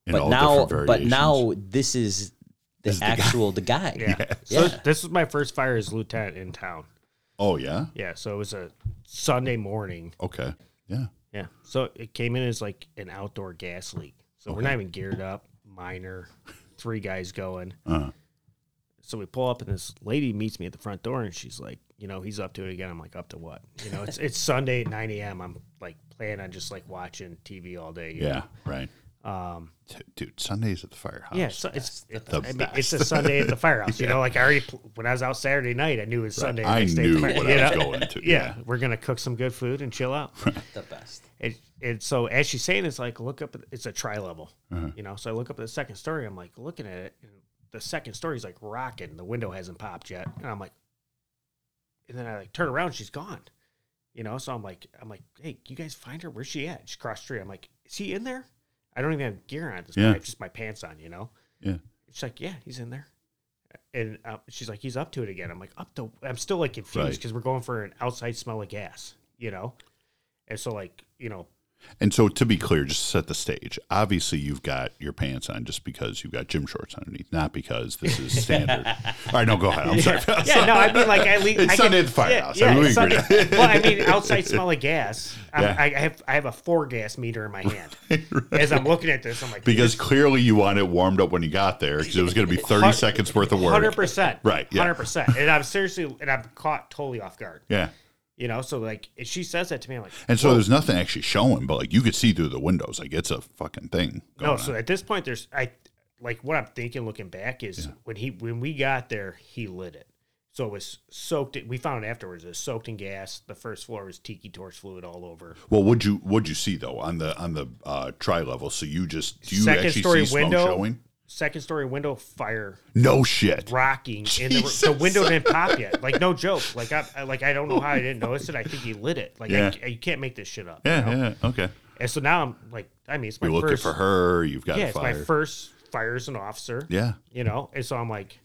S2: in
S1: but
S2: all
S1: now
S2: different
S1: but
S2: variations.
S1: now this is the
S2: is the guy.
S1: actual the guy.
S3: Yeah. So
S1: Yeah.
S3: this- this was my first fire as lieutenant in town.
S2: oh yeah,
S3: Yeah. So it was a Sunday morning.
S2: okay, yeah,
S3: Yeah. So it came in as like an outdoor gas leak. So we're not even geared up, minor, three guys going.
S2: uh,
S3: So we pull up and this lady meets me at the front door and she's like, you know, he's up to it again. I'm like, up to what? You know, it's it's Sunday at nine AM. I'm like planning on just like watching TV all day. you
S2: yeah, right,
S3: know? Um
S2: T- dude. Sundays at the firehouse.
S3: yeah, so it's it,
S2: the
S3: I mean, it's a
S2: best.
S3: Sunday at the firehouse. You know, like I already pl- when I was out Saturday night, I knew it was Sunday. the
S2: I
S3: next day at the
S2: knew
S3: fire-
S2: what
S3: you
S2: I was
S3: know?
S2: going to.
S3: yeah, we're gonna cook some good food and chill out.
S1: The best.
S3: And, and so as she's saying, it's like look up. at- It's a tri level,
S2: Uh-huh. Mm-hmm.
S3: you know. So I look up at the second story. I'm like looking at it, and the second story's like rocking. The window hasn't popped yet, and I'm like, and then I like turn around. She's gone, you know. So I'm like, I'm like, hey, you guys find her? Where's she at? She's across the street. I'm like, is he in there? I don't even have gear on at this
S2: Yeah.
S3: point. I have just my pants on, you know.
S2: yeah.
S3: She's like, yeah, he's in there. And uh, she's like, he's up to it again. I'm like, up to. I'm still like confused
S2: Right.
S3: because we're going for an outside smell of gas, you know. And so like, you know,
S2: And so, to be clear, just to set the stage. Obviously, you've got your pants on just because you've got gym shorts underneath, not because this is standard. All right, no, go ahead. I'm sorry.
S3: Yeah, no, I mean, like, I leave.
S2: It's
S3: I
S2: Sunday at
S3: can-
S2: the firehouse.
S3: Yeah,
S2: I mean,
S3: yeah,
S2: we
S3: it's
S2: agree
S3: Sunday-
S2: to that.
S3: well, I mean, outside smell of gas. I'm,
S2: Yeah.
S3: I, I have I have a four gas meter in my hand. As I'm looking at this, I'm like,
S2: Because clearly, you wanted it warmed up when you got there because it was going to be 30
S3: Hun-
S2: seconds worth of work.
S3: hundred percent,
S2: Right, yeah.
S3: hundred percent. And I'm seriously, and I'm caught totally off guard.
S2: Yeah.
S3: You know, so like, if she says that to me, I'm like,
S2: And so, there's nothing actually showing, but like you could see through the windows. Like it's a fucking thing.
S3: no.
S2: going
S3: So
S2: on.
S3: at this point, there's I like what I'm thinking, looking back is when he when we got there, he lit it. So it was soaked. In, we found afterwards it was soaked in gas. The first floor was tiki torch fluid all over.
S2: Well, would you would you see though on the on the uh, tri level? So you just do you
S3: second
S2: actually
S3: story
S2: see smoke
S3: window
S2: showing?
S3: second story window fire
S2: No shit.
S3: rocking and the, the
S2: Jesus.
S3: window didn't pop yet like no joke like i I- like i don't know how i didn't notice it i think he lit it like
S2: Yeah.
S3: I, I- you can't make this shit up you
S2: Yeah,
S3: know?
S2: yeah. Okay.
S3: and so now i'm like i mean it's my
S2: You're looking
S3: first
S2: for her. You've got
S3: yeah
S2: a
S3: it's my
S2: fire.
S3: first fire as an officer
S2: yeah.
S3: you know and so i'm like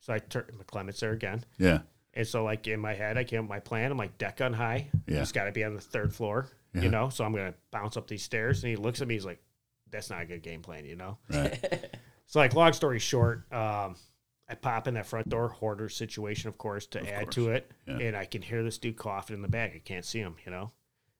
S3: so i turned mcclement's there again
S2: Yeah.
S3: and so like in my head i came up with my plan i'm like deck on high
S2: Yeah.
S3: he's got to be on the third floor
S2: Yeah.
S3: you know so i'm gonna bounce up these stairs and he looks at me he's like that's not a good game plan you know
S2: Right.
S3: So, like, long story short, um, I pop in that front door hoarder situation, of course, to add to it,
S2: yeah.
S3: and I can hear this dude coughing in the back. I can't see him, you know.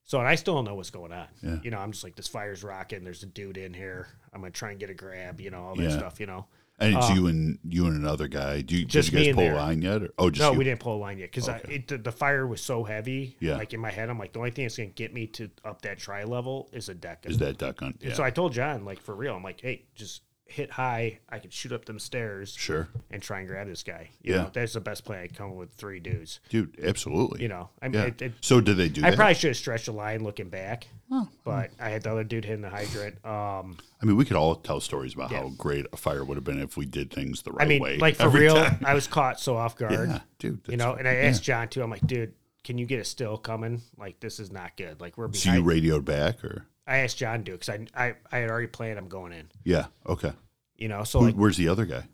S3: So, and I still don't know what's going on.
S2: Yeah.
S3: You know, I'm just like, this fire's rocking. There's a dude in here. I'm gonna try and get a grab, you know, all that
S2: Yeah.
S3: stuff, you know.
S2: And it's
S3: Uh,
S2: you and you and another guy. Do you,
S3: just
S2: did you
S3: me
S2: guys
S3: in
S2: pull
S3: there.
S2: a line yet? Or, oh, just
S3: no,
S2: you.
S3: we didn't pull a line yet because
S2: Okay.
S3: it the, the fire was so heavy.
S2: Yeah.
S3: Like in my head, I'm like, the only thing that's gonna get me to up that tri level is a deck.
S2: Is that duck hunt? Yeah.
S3: And so I told John, like for real, I'm like, hey, just hit high. I can shoot up them stairs.
S2: sure,
S3: and try and grab this guy. You
S2: Yeah.
S3: know, that's the best play. I come with three dudes.
S2: dude. Absolutely.
S3: You know, I mean,
S2: Yeah.
S3: it, it,
S2: so did they do
S3: I
S2: that?
S3: probably should have stretched a line looking back,
S2: Oh,
S3: but I had the other dude hitting the hydrant. Um,
S2: I mean, we could all tell stories about
S3: Yeah.
S2: how great a fire would have been if we did things the right
S3: I mean,
S2: way.
S3: like for
S2: every
S3: real,
S2: time.
S3: I was caught so off guard.
S2: Yeah, dude.
S3: you
S2: that's
S3: know, and I
S2: fucking-
S3: asked John too. I'm like, dude, can you get a still coming? Like this is not good. Like we're
S2: So you
S3: behind.
S2: radioed back or?
S3: I asked John to because I, I I had already planned. I'm going in.
S2: Yeah. Okay.
S3: You know, so
S2: Who-
S3: like
S2: where's the other guy?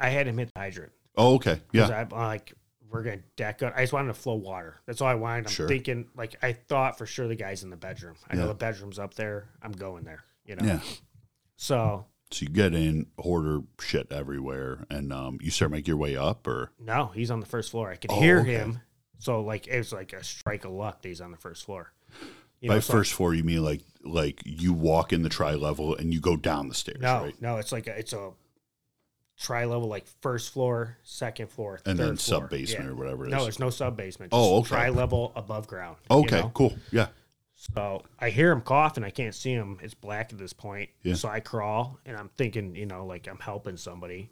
S3: I had him hit the hydrant.
S2: Oh, okay.
S3: 'Cause
S2: Yeah.
S3: I'm like we're gonna deck up. I just wanted to flow water. That's all I wanted. I'm
S2: Sure.
S3: thinking like I thought for sure the guy's in the bedroom. I
S2: Yeah.
S3: know the bedroom's up there. I'm going there. You know.
S2: yeah.
S3: So
S2: So you get in, hoarder shit everywhere, and um, you start make your way up, or
S3: no, he's on the first floor. I could
S2: Oh,
S3: hear
S2: okay.
S3: him. So like it was like a strike of luck that he's on the first floor. You
S2: by
S3: so-
S2: first floor you mean like like you walk in the tri level and you go down the stairs,
S3: No,
S2: right?
S3: no, it's like a, it's a tri level, like first floor, second floor,
S2: And then
S3: third floor.
S2: sub-basement
S3: Yeah.
S2: or whatever it
S3: No,
S2: is.
S3: there's no sub basement.
S2: Oh, okay.
S3: Tri level above ground. you
S2: Okay,
S3: know?
S2: cool. Yeah.
S3: So I hear him coughing. I can't see him. It's black at this point.
S2: Yeah.
S3: So I crawl and I'm thinking, you know, like I'm helping somebody.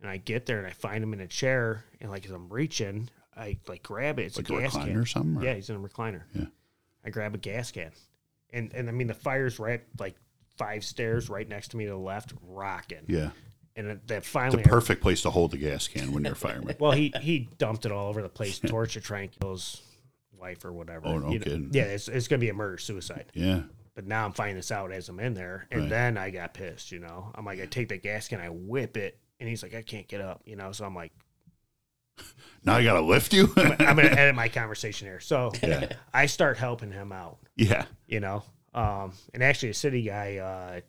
S3: And I get there and I find him in a chair. And like as I'm reaching, I like grab it. It's
S2: Like a
S3: a gas
S2: recliner
S3: can.
S2: or something, or-
S3: Yeah, he's in a recliner.
S2: Yeah.
S3: I grab a gas can. And and I mean the fire's right like five stairs right next to me to the left, rocking.
S2: Yeah.
S3: And it- that
S2: The
S3: finally I-
S2: perfect place to hold the gas can when you're a fireman.
S3: well, he he dumped it all over the place, torture trying to kill his wife or whatever.
S2: Oh, no
S3: You know-
S2: kidding.
S3: Yeah, it's, it's gonna be a murder suicide.
S2: Yeah.
S3: But now I'm finding this out as I'm in there, and
S2: Right.
S3: then I got pissed. You know, I'm like, I take the gas can, I whip it, and he's like, I can't get up. You know, so I'm like,
S2: Now I gotta lift you.
S3: I'm gonna edit my conversation here. So
S2: Yeah.
S3: I start helping him out.
S2: yeah.
S3: You know, um, and actually a city guy, uh,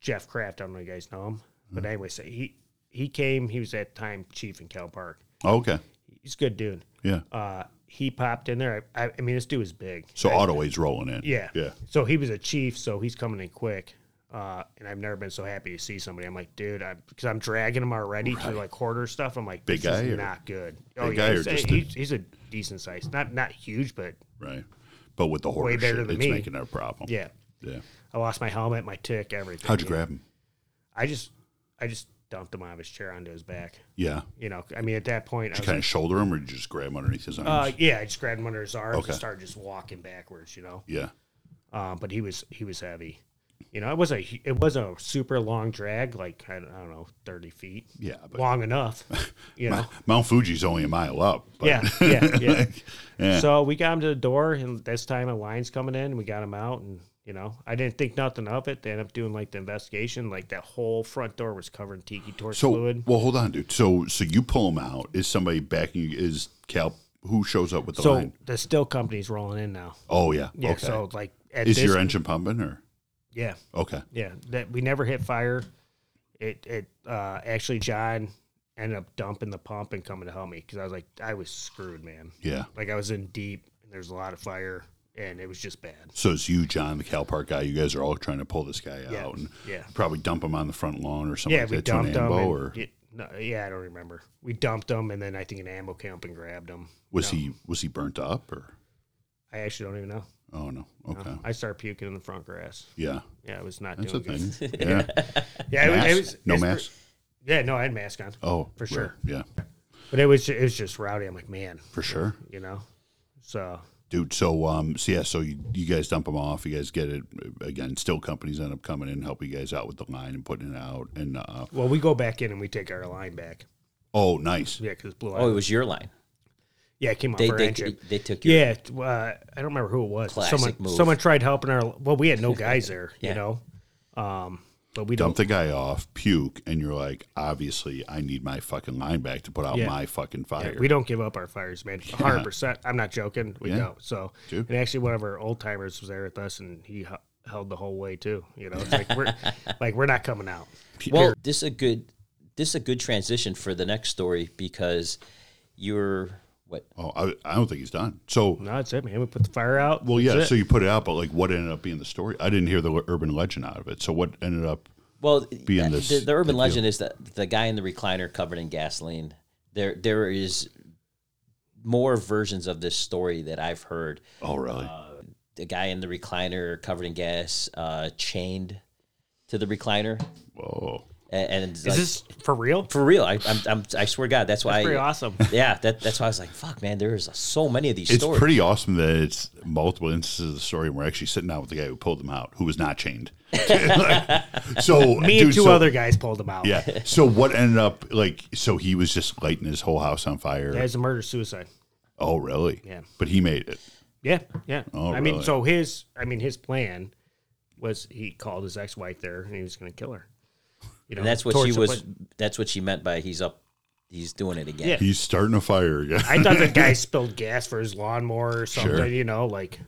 S3: Jeff Kraft. I don't know if you guys know him, but
S2: Mm-hmm.
S3: anyway, so he he came. He was at time chief in Cal Park.
S2: Okay.
S3: He's a good dude.
S2: Yeah.
S3: uh, he popped in there. I, I, I mean, this dude was big.
S2: So
S3: I-
S2: Ottaway's rolling in.
S3: yeah,
S2: Yeah.
S3: So he was a chief, so he's coming in quick. Uh, and I've never been so happy to see somebody. I'm like, dude, I'm because I'm dragging him already to like hoarder stuff. I'm like,
S2: Big
S3: this is
S2: guy or-
S3: not good. Oh,
S2: big guy or
S3: he's,
S2: just a-
S3: he's, he's a decent size, not not huge, but
S2: Right. But with the hoarder
S3: Way better
S2: shit,
S3: than
S2: it's
S3: me.
S2: making it a problem.
S3: yeah.
S2: Yeah.
S3: I lost my helmet, my tick, everything.
S2: How'd you
S3: know.
S2: grab him?
S3: I just, I just dumped him out of his chair onto his back.
S2: Yeah.
S3: You know, I mean, at that point, I
S2: Did you
S3: was
S2: kind
S3: like,
S2: of shoulder him or did you just grab him underneath his arms?
S3: uh, yeah, I just grabbed him under his arms
S2: Okay.
S3: and started just walking backwards. You know.
S2: yeah.
S3: um, but he was he was heavy. You know, it was a hu- it was a super long drag, like I don't, I don't know, thirty feet.
S2: Yeah, but-
S3: long enough. You know,
S2: Mount Fuji's only a mile up. but-
S3: yeah, yeah, yeah.
S2: Yeah.
S3: So we got him to the door, and this time a line's coming in. and We got him out, and you know, I didn't think nothing of it. They ended up doing like the investigation. Like that whole front door was covered in tiki torch
S2: So
S3: fluid.
S2: well, hold on, dude. So so you pull him out. Is somebody backing you? Is Cal who shows up with the
S3: so
S2: line?
S3: the still company's rolling in now.
S2: Oh yeah.
S3: Yeah.
S2: okay.
S3: So like at
S2: is
S3: this,
S2: your engine pumping or
S3: yeah,
S2: okay?
S3: Yeah, that we never hit fire. It it uh, actually John ended up dumping the pump and coming to help me because I was like I was screwed, man.
S2: Yeah.
S3: Like I was in deep and there's a lot of fire and it was just bad.
S2: So it's you, John, the Cal Park guy. You guys are all trying to pull this guy
S3: Yeah,
S2: out and
S3: yeah.
S2: probably dump him on the front lawn or something.
S3: yeah,
S2: like
S3: we
S2: that to an
S3: dumped him.
S2: ambo,
S3: and-
S2: or
S3: yeah, no, yeah, I don't remember. We dumped him and then I think an ammo came up and grabbed him.
S2: was he was he burnt up or?
S3: I actually don't even know.
S2: Oh no.
S3: No.
S2: Okay.
S3: I started puking in the front grass.
S2: Yeah.
S3: Yeah, it was not
S2: That's a
S3: doing good.
S2: thing. Yeah.
S3: Yeah, it was,
S2: Mask?
S3: it was
S2: no
S3: it's-
S2: mask.
S3: Yeah, no, I had mask on,
S2: Oh,
S3: For sure.
S2: Yeah,
S3: but it was it was just rowdy. I'm like, man,
S2: for sure.
S3: you know. So
S2: dude. So um, so yeah, so you, you guys dump them off. You guys get it again. Still, companies end up coming in, help you guys out with the line and putting it out. And uh,
S3: well, we go back in and we take our line back.
S2: oh, nice.
S3: Yeah, because Blue
S1: Oh, it
S3: Island.
S1: was your line.
S3: yeah, it came off
S1: They
S3: our
S1: they,
S3: engine.
S1: they took your
S3: Yeah, t- uh, I don't remember who it was. but
S1: Classic
S3: Someone
S1: move.
S3: someone tried helping our. Well, we had no guys there,
S1: Yeah.
S3: you know. Um, but we
S2: Dump
S3: don't.
S2: the guy off, puke, and you're like, obviously, I need my fucking line back to put out
S3: Yeah.
S2: my fucking fire.
S3: We don't give up our fires, man. Hundred percent. I'm not joking. We
S2: Yeah.
S3: don't. So,
S2: Dude.
S3: and actually, one of our old timers was there with us, and he h- held the whole way too. You know, it's like we're like we're not coming out.
S1: Well, this is a good this is a good transition for the next story because you're what
S2: oh, I, I don't think he's done. So,
S3: No, that's it, man. We put the fire out.
S2: well, yeah.
S3: That's
S2: So
S3: it.
S2: you put it out, but like, what ended up being the story? I didn't hear the le- urban legend out of it. So, what ended up?
S1: well
S2: Being
S1: the,
S2: this-
S1: the, the urban
S2: the
S1: legend is that the guy in the recliner covered in gasoline. There there is more versions of this story that I've heard.
S2: Oh, really?
S1: The guy in the recliner covered in gas, uh, chained to the recliner,
S2: Whoa.
S1: and, and
S3: is
S1: like-
S3: this for real?
S1: for real? I I'm, I'm, I swear to God, that's why.
S3: Pretty awesome.
S1: Yeah, that, that's why I was like, "Fuck, man, there's so many of these
S2: It's
S1: stories."
S2: pretty awesome that it's multiple instances of the story, and we're actually sitting down with the guy who pulled them out, who was not chained. Like, so
S3: Me and
S2: dude,
S3: two
S2: so-
S3: other guys pulled him out.
S2: Yeah. So what ended up like? So he was just lighting his whole house on fire.
S3: That was a murder suicide.
S2: Oh, really?
S3: Yeah.
S2: But he made it.
S3: Yeah, yeah.
S2: Oh,
S3: I mean,
S2: really?
S3: so his, I mean, his plan was he called his ex-wife there and he was going to kill her. You know,
S1: And that's what
S3: towards
S1: she
S3: the
S1: was.
S3: pla-
S1: That's what she meant by he's up. He's doing it again.
S3: Yeah.
S2: He's starting a fire again.
S3: I thought the guy spilled gas for his lawnmower or something.
S2: Sure.
S3: You know, like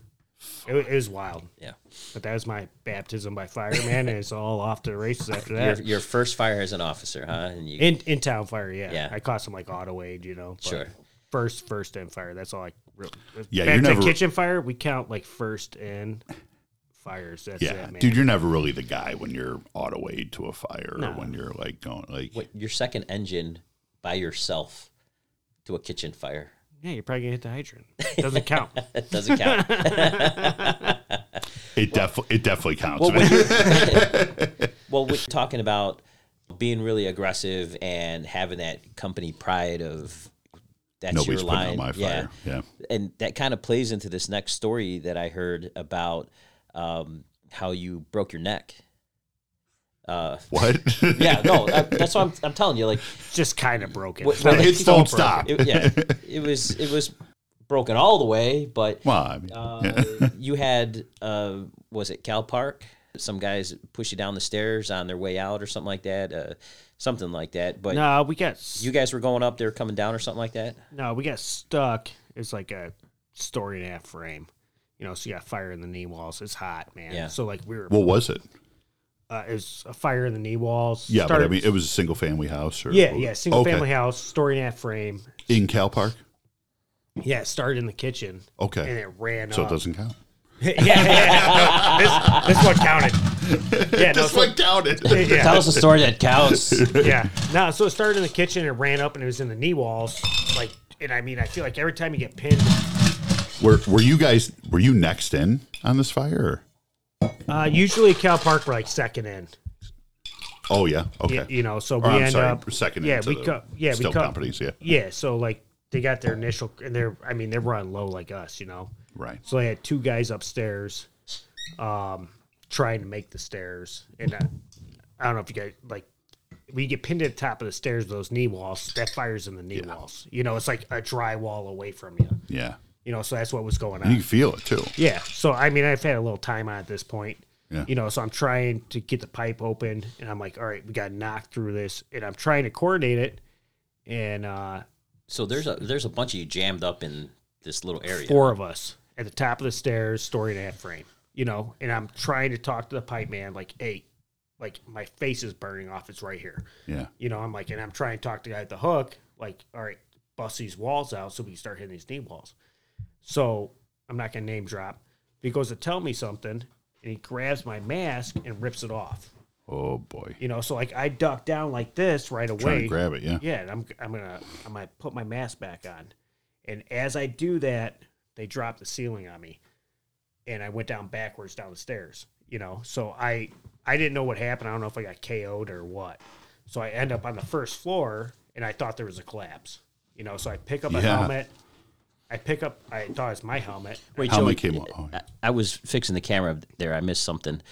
S3: it, wa- it was wild.
S1: Yeah.
S3: But that was my baptism by fire, man, and it's all off to the races after that.
S1: Your, your first fire as an officer, huh? And you,
S3: in in town fire, yeah.
S1: Yeah.
S3: I caught some like auto aid, you know. but
S1: Sure.
S3: First, first in fire. That's all I. Really,
S2: Yeah,
S3: Back
S2: you're
S3: to
S2: never-
S3: kitchen fire. We count like first in fires. That's
S2: yeah,
S3: it, man.
S2: dude, you're never really the guy when you're auto aid to a fire or when you're like going like
S1: what, your second engine by yourself to a kitchen fire.
S3: Yeah, you're probably gonna hit the hydrant. Doesn't count.
S1: That doesn't count.
S2: it. Definitely, it definitely counts.
S1: well, when you're- well, we're talking about being really aggressive and having that company pride of that's
S2: Nobody's
S1: your line.
S2: putting out my fire.
S1: Yeah.
S2: Yeah.
S1: and that kind of plays into this next story that I heard about um, how you broke your neck. Uh,
S2: What?
S1: yeah, no, that, that's what I'm, I'm telling you. Like,
S3: Just kind of broken.
S1: What-
S2: Well,
S1: what-
S2: hits don't stop.
S1: it, yeah, it was it was broken all the way, but
S2: well, I mean,
S1: uh, you had uh, was it Cal Park? Some guys push you down the stairs on their way out or something like that, uh, something like that. But
S3: no, we got s-
S1: you guys were going up, they were coming down or something like that.
S3: no, we got stuck. It's like a story and a half frame. You know, so you got fire in the knee walls. It's hot, man.
S1: Yeah.
S3: So like we were,
S2: what was it?
S3: uh, it was a fire in the knee walls.
S2: Yeah, but I
S3: Started-
S2: mean, it was a single family house or
S3: yeah, yeah, single
S2: Okay.
S3: family house, story and a half frame.
S2: in Cal Park.
S3: Yeah, it started in the kitchen.
S2: Okay.
S3: And it ran
S2: So
S3: up.
S2: it doesn't count.
S3: yeah, yeah, yeah. No, this, this one counted. Yeah, no,
S2: This
S3: so,
S2: one counted.
S3: yeah.
S1: Tell us a story that counts.
S3: yeah. No, so it started in the kitchen and ran up and it was in the knee walls. Like, and I mean, I feel like every time you get pinned,
S2: were Were you guys? Were you next in on this fire? Or?
S3: uh, usually at Cal Park, we're like second in,
S2: Oh yeah. Okay.
S3: you, you know, so
S2: Or,
S3: we
S2: I'm
S3: end
S2: sorry,
S3: up
S2: second
S3: Yeah,
S2: into
S3: we
S2: the
S3: co- yeah,
S2: still
S3: we co-
S2: companies, yeah.
S3: Yeah. So like they got their initial and they're, I mean, they run low like us, you know?
S2: right.
S3: So they had two guys upstairs, um, trying to make the stairs. And I, I don't know if you guys like, we get pinned at the top of the stairs with those knee walls. That fires in the knee walls. You know, it's like a drywall away from you.
S2: Yeah.
S3: You know, so that's what was going
S2: And you
S3: on.
S2: can feel it too.
S3: Yeah. So I mean, I've had a little time on at this point.
S2: Yeah.
S3: You know, so I'm trying to get the pipe open, and I'm like, all right, we got to knock through this, and I'm trying to coordinate it, and uh,
S1: So there's a there's a bunch of you jammed up in this little area.
S3: four of us at the top of the stairs, story and a half frame, you know, and I'm trying to talk to the pipe man, like, hey, like my face is burning off. It's right here.
S2: Yeah.
S3: You know, I'm like, and I'm trying to talk to the guy at the hook, like, all right, bust these walls out so we can start hitting these knee walls. So I'm not going to name drop. He goes to tell me something and he grabs my mask and rips it off.
S2: Oh boy.
S3: You know, so like I duck down like this right away.
S2: Trying to grab it. Yeah.
S3: Yeah, and I'm I'm gonna I'm gonna put my mask back on, and as I do that, they drop the ceiling on me, and I went down backwards down the stairs. You know, so I I didn't know what happened. I don't know if I got KO'd or what. So I end up on the first floor, and I thought there was a collapse. You know, so I pick up a
S2: Yeah.
S3: helmet. I pick up. I thought it was my helmet.
S1: Wait,
S2: How
S1: Joey, uh,
S2: many came up? Oh, yeah.
S1: I, I was fixing the camera there. I missed something.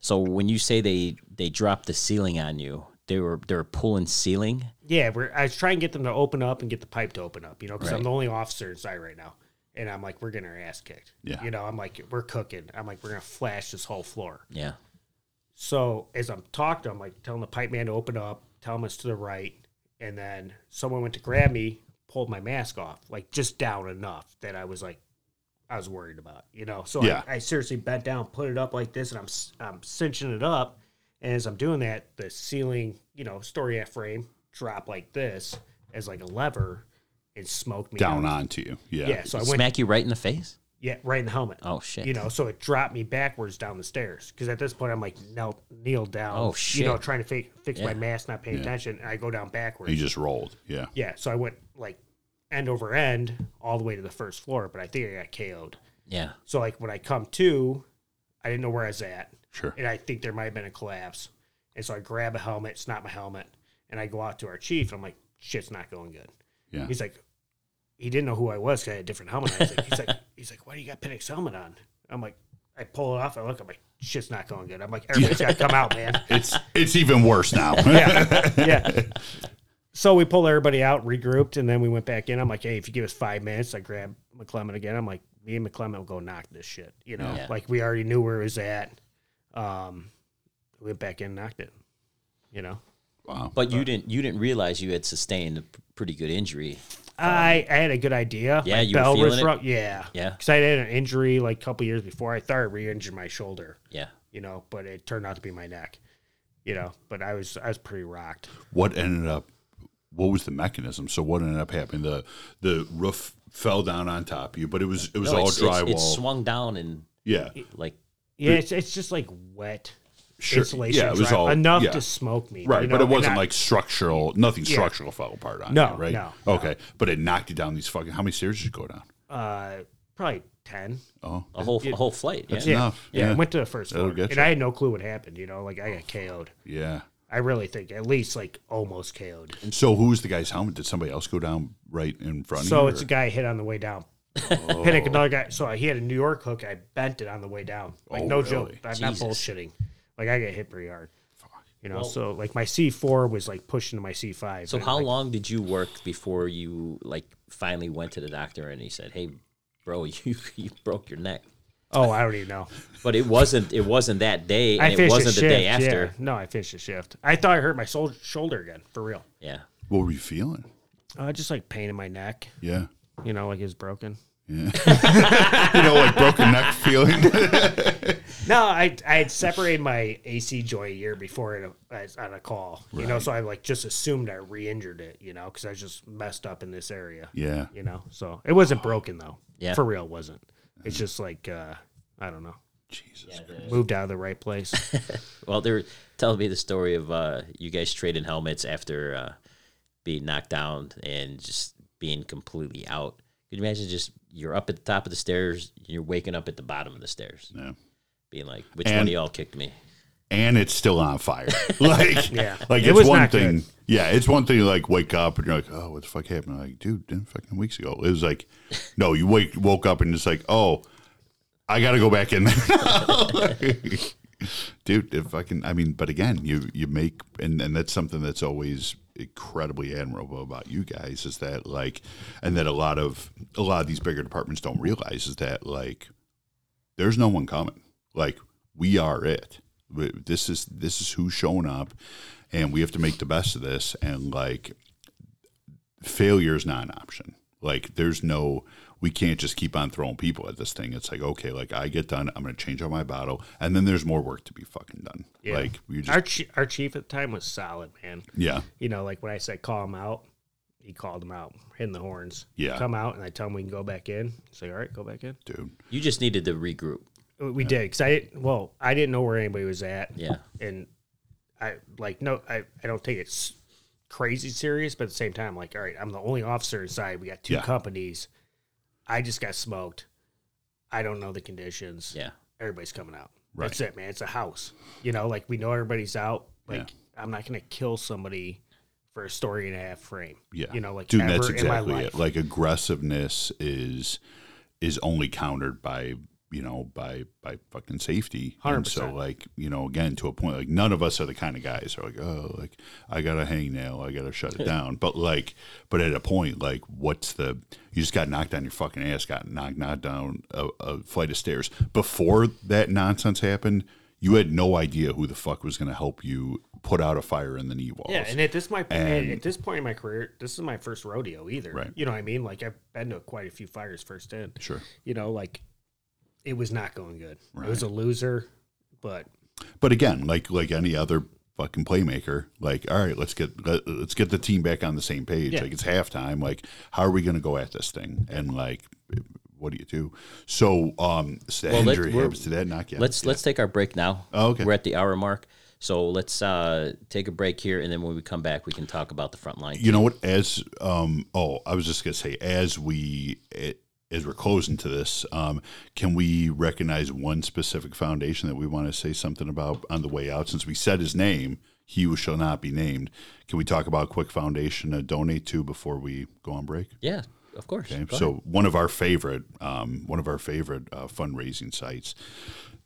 S1: So when you say they they dropped the ceiling on you, they were they were pulling ceiling.
S3: Yeah, we're, I was trying to get them to open up and get the pipe to open up, you know, because I'm
S1: Right.
S3: the only officer inside right now. And I'm like, we're getting our ass kicked.
S2: Yeah.
S3: You know, I'm like, we're cooking. I'm like, we're going to flash this whole floor.
S1: Yeah.
S3: So as I'm talking, to him, I'm like telling the pipe man to open up, tell him it's to the right. And then someone went to grab me, pulled my mask off, like just down enough that I was like, I was worried about, you know? So
S2: Yeah.
S3: I, I seriously bent down, put it up like this, and I'm, s- I'm cinching it up. And as I'm doing that, the ceiling, you know, story half frame drop like this as like a lever and smoked me
S2: Down
S3: out.
S2: onto you. Yeah.
S3: Yeah. So I went,
S1: Smack you right in the face.
S3: yeah, right in the helmet.
S1: Oh shit.
S3: You know, so it dropped me backwards down the stairs because at this point I'm like knelt, kneeled down.
S1: Oh,
S3: You know,
S1: shit.
S3: trying to fi- fix
S1: Yeah.
S3: my mask, not paying attention, and I go down backwards.
S2: You just rolled. Yeah.
S3: yeah, so I went like end over end all the way to the first floor, but I think I got KO'd.
S1: Yeah.
S3: So like when I come to, I didn't know where I was at,
S2: Sure.
S3: and I think there might have been a collapse, and so I grab a helmet, it's not my helmet, and I go out to our chief. And I'm like, shit's not going good.
S2: Yeah.
S3: He's like, he didn't know who I was 'cause I had a different helmet. On. He's like, he's like, he's like, why do you got Penix helmet on? I'm like, I pull it off. I look. I'm like, shit's not going good. I'm like, everybody's got to come out, man.
S2: It's it's even worse now.
S3: Yeah. So we pulled everybody out, regrouped, and then we went back in. I'm like, hey, if you give us five minutes, I grab McClement again. I'm like, me and McClement will go knock this shit. You know,
S1: Yeah.
S3: like we already knew where it was at. Um, we went back in, and knocked it. You know,
S2: Wow.
S1: But you didn't you didn't realize you had sustained a p- pretty good injury.
S3: I, I had a good idea.
S1: Um, Yeah,
S3: My
S1: you were
S3: bell was
S1: feeling it?
S3: ru- Yeah,
S1: Yeah.
S3: Because I had an injury like a couple years before. I thought I re-injured my shoulder.
S1: Yeah.
S3: You know, but it turned out to be my neck. You know, but I was I was pretty rocked.
S2: what ended up what was the mechanism so what ended up happening the the roof fell down on top of you but it was it was
S1: No,
S2: all
S1: it's- it's-
S2: drywall
S1: It swung down and
S2: yeah
S1: like
S3: Yeah, it's, it's just like wet
S2: sure
S3: insulation.
S2: yeah it was
S3: drywall.
S2: all
S3: enough
S2: yeah.
S3: to smoke me.
S2: right
S3: you
S2: but
S3: know,
S2: it
S3: and
S2: wasn't
S3: I-
S2: like structural nothing
S3: Yeah.
S2: structural fell apart on
S3: No,
S2: you right
S3: no,
S2: okay but it knocked you down these fucking how many stairs did you go down
S3: uh, probably ten.
S2: oh
S1: a whole a whole flight. Yeah.
S3: Yeah.
S2: enough
S3: Yeah,
S2: yeah
S3: I went to the first
S2: That'll
S3: floor,
S2: get
S3: and
S2: you.
S3: I had no clue what happened. You know, like I got KO'd.
S2: yeah
S3: I really think at least like almost KO'd.
S2: so who was the guy's helmet did somebody else go down right in front
S3: So
S2: of
S3: it's
S2: you
S3: a guy hit on the way down.
S2: Oh.
S3: Panic another guy. So he had a New York hook. I bent it on the way down. Like
S2: Oh,
S3: no
S2: really?
S3: joke. I'm not
S1: Jesus.
S3: bullshitting. Like I got hit pretty hard. You know, so like my C four was like pushed into my C five.
S1: So how long did you work before you like finally went to the doctor and he said, "Hey, bro, you you broke your neck."
S3: Oh, I don't even know.
S1: But it wasn't it wasn't that day
S3: I
S1: and
S3: finished
S1: it wasn't
S3: the
S1: the
S3: shift.
S1: day after.
S3: Yeah. No, I finished the shift. I thought I hurt my sol- shoulder again for real.
S1: Yeah.
S2: what were you feeling
S3: Uh, just like pain in my neck.
S2: yeah
S3: You know, like it's broken.
S2: you know like broken neck feeling
S3: No, I I had separated my AC joint a year before in a, as- on a call, you know. So I like just assumed I re-injured it, you know, because I was just messed up in this area,
S2: yeah
S3: you know. So it wasn't broken though,
S1: Yeah.
S3: for real, it wasn't. It's just like uh, I don't know,
S2: jesus
S3: moved out of the right place.
S1: Well, they're telling me the story of uh, you guys trading helmets after uh, being knocked down and just being completely out. Could you imagine just you're up at the top of the stairs, you're waking up at the bottom of the stairs,
S2: yeah
S1: being like, "Which one
S2: And-
S1: of y'all kicked me?"
S2: and it's still on fire. Like,
S3: Yeah.
S2: like
S3: It
S2: it's
S3: was
S2: one
S3: not
S2: thing.
S3: good.
S2: Yeah, it's one thing. to, Like, wake up and you're like, oh, what the fuck happened? like, dude, did fucking weeks ago. It was like, no, you wake woke up and it's like, oh, I got to go back in there. dude, if I can, I mean, but again, you you make and and that's something that's always incredibly admirable about you guys is that like, and that a lot of a lot of these bigger departments don't realize is that like there's no one coming. Like we are it. We- This is this is who's showing up, and we have to make the best of this. And like, failure is not an option. Like, there's no. We can't just keep on throwing people at this thing. It's like, okay, like I get done, I'm gonna change out my bottle, and then there's more work to be fucking done.
S3: Yeah.
S2: Like you just,
S3: our chi- our chief at the time was solid, man.
S2: yeah,
S3: You know, like when I said call him out, he called him out, hitting the horns.
S2: Yeah.
S3: come out, and I tell him we can go back in. He's like, all right, go back in.
S2: dude,
S1: You just needed to regroup.
S3: We did because I didn't. Well, I didn't know where anybody was at.
S1: Yeah.
S3: and I like no, I, I don't take it s- crazy serious, but at the same time, like, all right, I'm the only officer inside. We got two
S2: Yeah.
S3: companies. I just got smoked. I don't know the conditions.
S1: Yeah.
S3: everybody's coming out.
S2: Right.
S3: That's it, man. It's a house. You know, like we know everybody's out.
S2: Yeah.
S3: Like I'm not gonna kill somebody for a story and a half frame.
S2: yeah,
S3: you know, like
S2: dude,
S3: ever
S2: that's
S3: in my
S2: exactly
S3: life.
S2: it. Like aggressiveness is is only countered by you know by by fucking safety and so
S3: 100%.
S2: like you know again to a point like none of us are the kind of guys who are like oh like i got a hangnail i gotta shut it down but like but at a point like what's the you just got knocked on your fucking ass got knocked knocked down a, a flight of stairs before that nonsense happened you had no idea who the fuck was going to help you put out a fire in the knee walls
S3: Yeah, and at this my
S2: And-
S3: at this point in my career, this is my first rodeo either.
S2: Right.
S3: You know what I mean? Like I've been to quite a few fires first in.
S2: sure
S3: You know, like it was not going good. I was a loser, but
S2: But again, like like any other fucking playmaker, like all right, let's get let, us get the team back on the same page.
S3: Yeah.
S2: Like it's halftime. Like how are we going to go at this thing? And like, what do you do? So um, so that
S1: Well, let-
S2: injury
S1: we're-
S2: happens to that knockout.
S1: let's let's take our break now.
S2: Oh, okay.
S1: We're at the hour mark, so let's uh, take a break here, and then when we come back, we can talk about the front line.
S2: You know what? As um, oh, I was just gonna say, as we eh, as we're closing to this, um, can we recognize one specific foundation that we want to say something about on the way out? Since we said his name, he who shall not be named. Can we talk about a quick foundation to donate to before we go on break?
S1: yeah, of course.
S2: Okay.
S1: Go
S2: so
S1: ahead.
S2: one of our favorite, um, one of our favorite uh, fundraising sites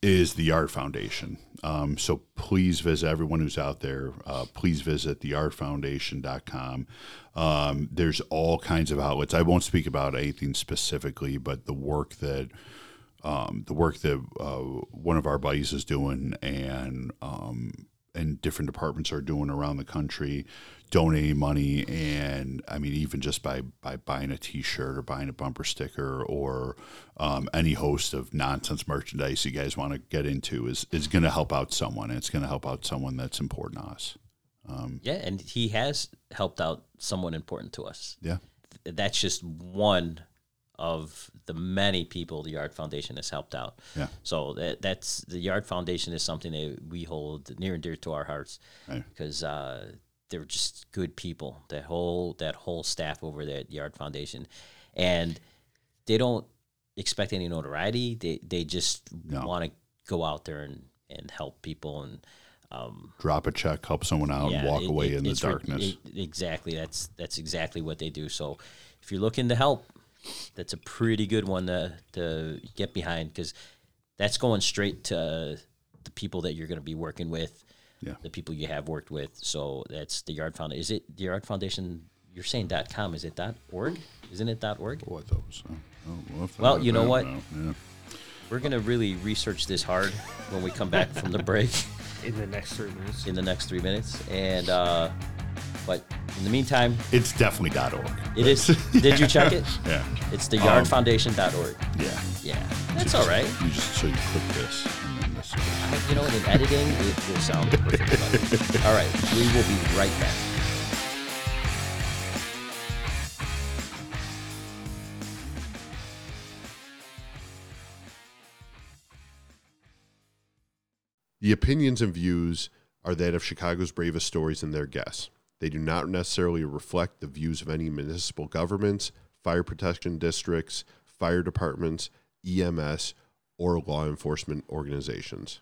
S2: is the Art Foundation. Um, so please visit everyone who's out there. Uh, please visit theartfoundation.com. Um, there's all kinds of outlets. I won't speak about anything specifically, but the work that um, the work that uh, one of our buddies is doing and um, and different departments are doing around the country, donating money, and I mean even just by by buying a T-shirt or buying a bumper sticker or um, any host of nonsense merchandise you guys want to get into is is going to help out someone. and It's going to help out someone that's important to us. Mm.
S1: Yeah, and he has helped out someone important to us.
S2: Yeah.
S1: That's just one of the many people the Yard Foundation has helped out.
S2: Yeah.
S1: So that, that's the Yard Foundation is something that we hold near and dear to our hearts
S2: Right.
S1: because uh, they're just good people. That whole that whole staff over there at Yard Foundation, and they don't expect any notoriety. They they just
S2: No.
S1: want to go out there and and help people and. Um,
S2: Drop a check, help someone out, and walk
S1: it-
S2: away
S1: it-
S2: in the
S1: it's re-
S2: darkness.
S1: it- exactly. That's that's exactly what they do. So if you're looking to help, that's a pretty good one to to get behind because that's going straight to the people that you're going to be working with,
S2: Yeah.
S1: the people you have worked with. So that's the Yard Foundation. Is it the Yard Foundation? You're saying dot .com. Is it dot .org? Isn't it dot .org?
S2: What those? Oh, well, if
S1: Well,
S2: I-
S1: you know
S2: I don't
S1: what?
S2: Yeah.
S1: We're going to really research this hard when we come back from the break.
S3: in the next three minutes.
S1: in the next three minutes. And uh, but in the meantime,
S2: It's definitely dot .org.
S1: it is. Did you check it?
S2: Yeah.
S1: It's the yardfoundation.org.
S2: Yeah.
S1: Yeah, that's all right.
S2: You just so you click this and then this.
S1: I- You know, in editing, it will sound perfect. but- all right, we will be right back.
S6: The opinions and views are that of Chicago's bravest stories and their guests. They do not necessarily reflect the views of any municipal governments, fire protection E districts, fire departments, EMS, or law enforcement organizations.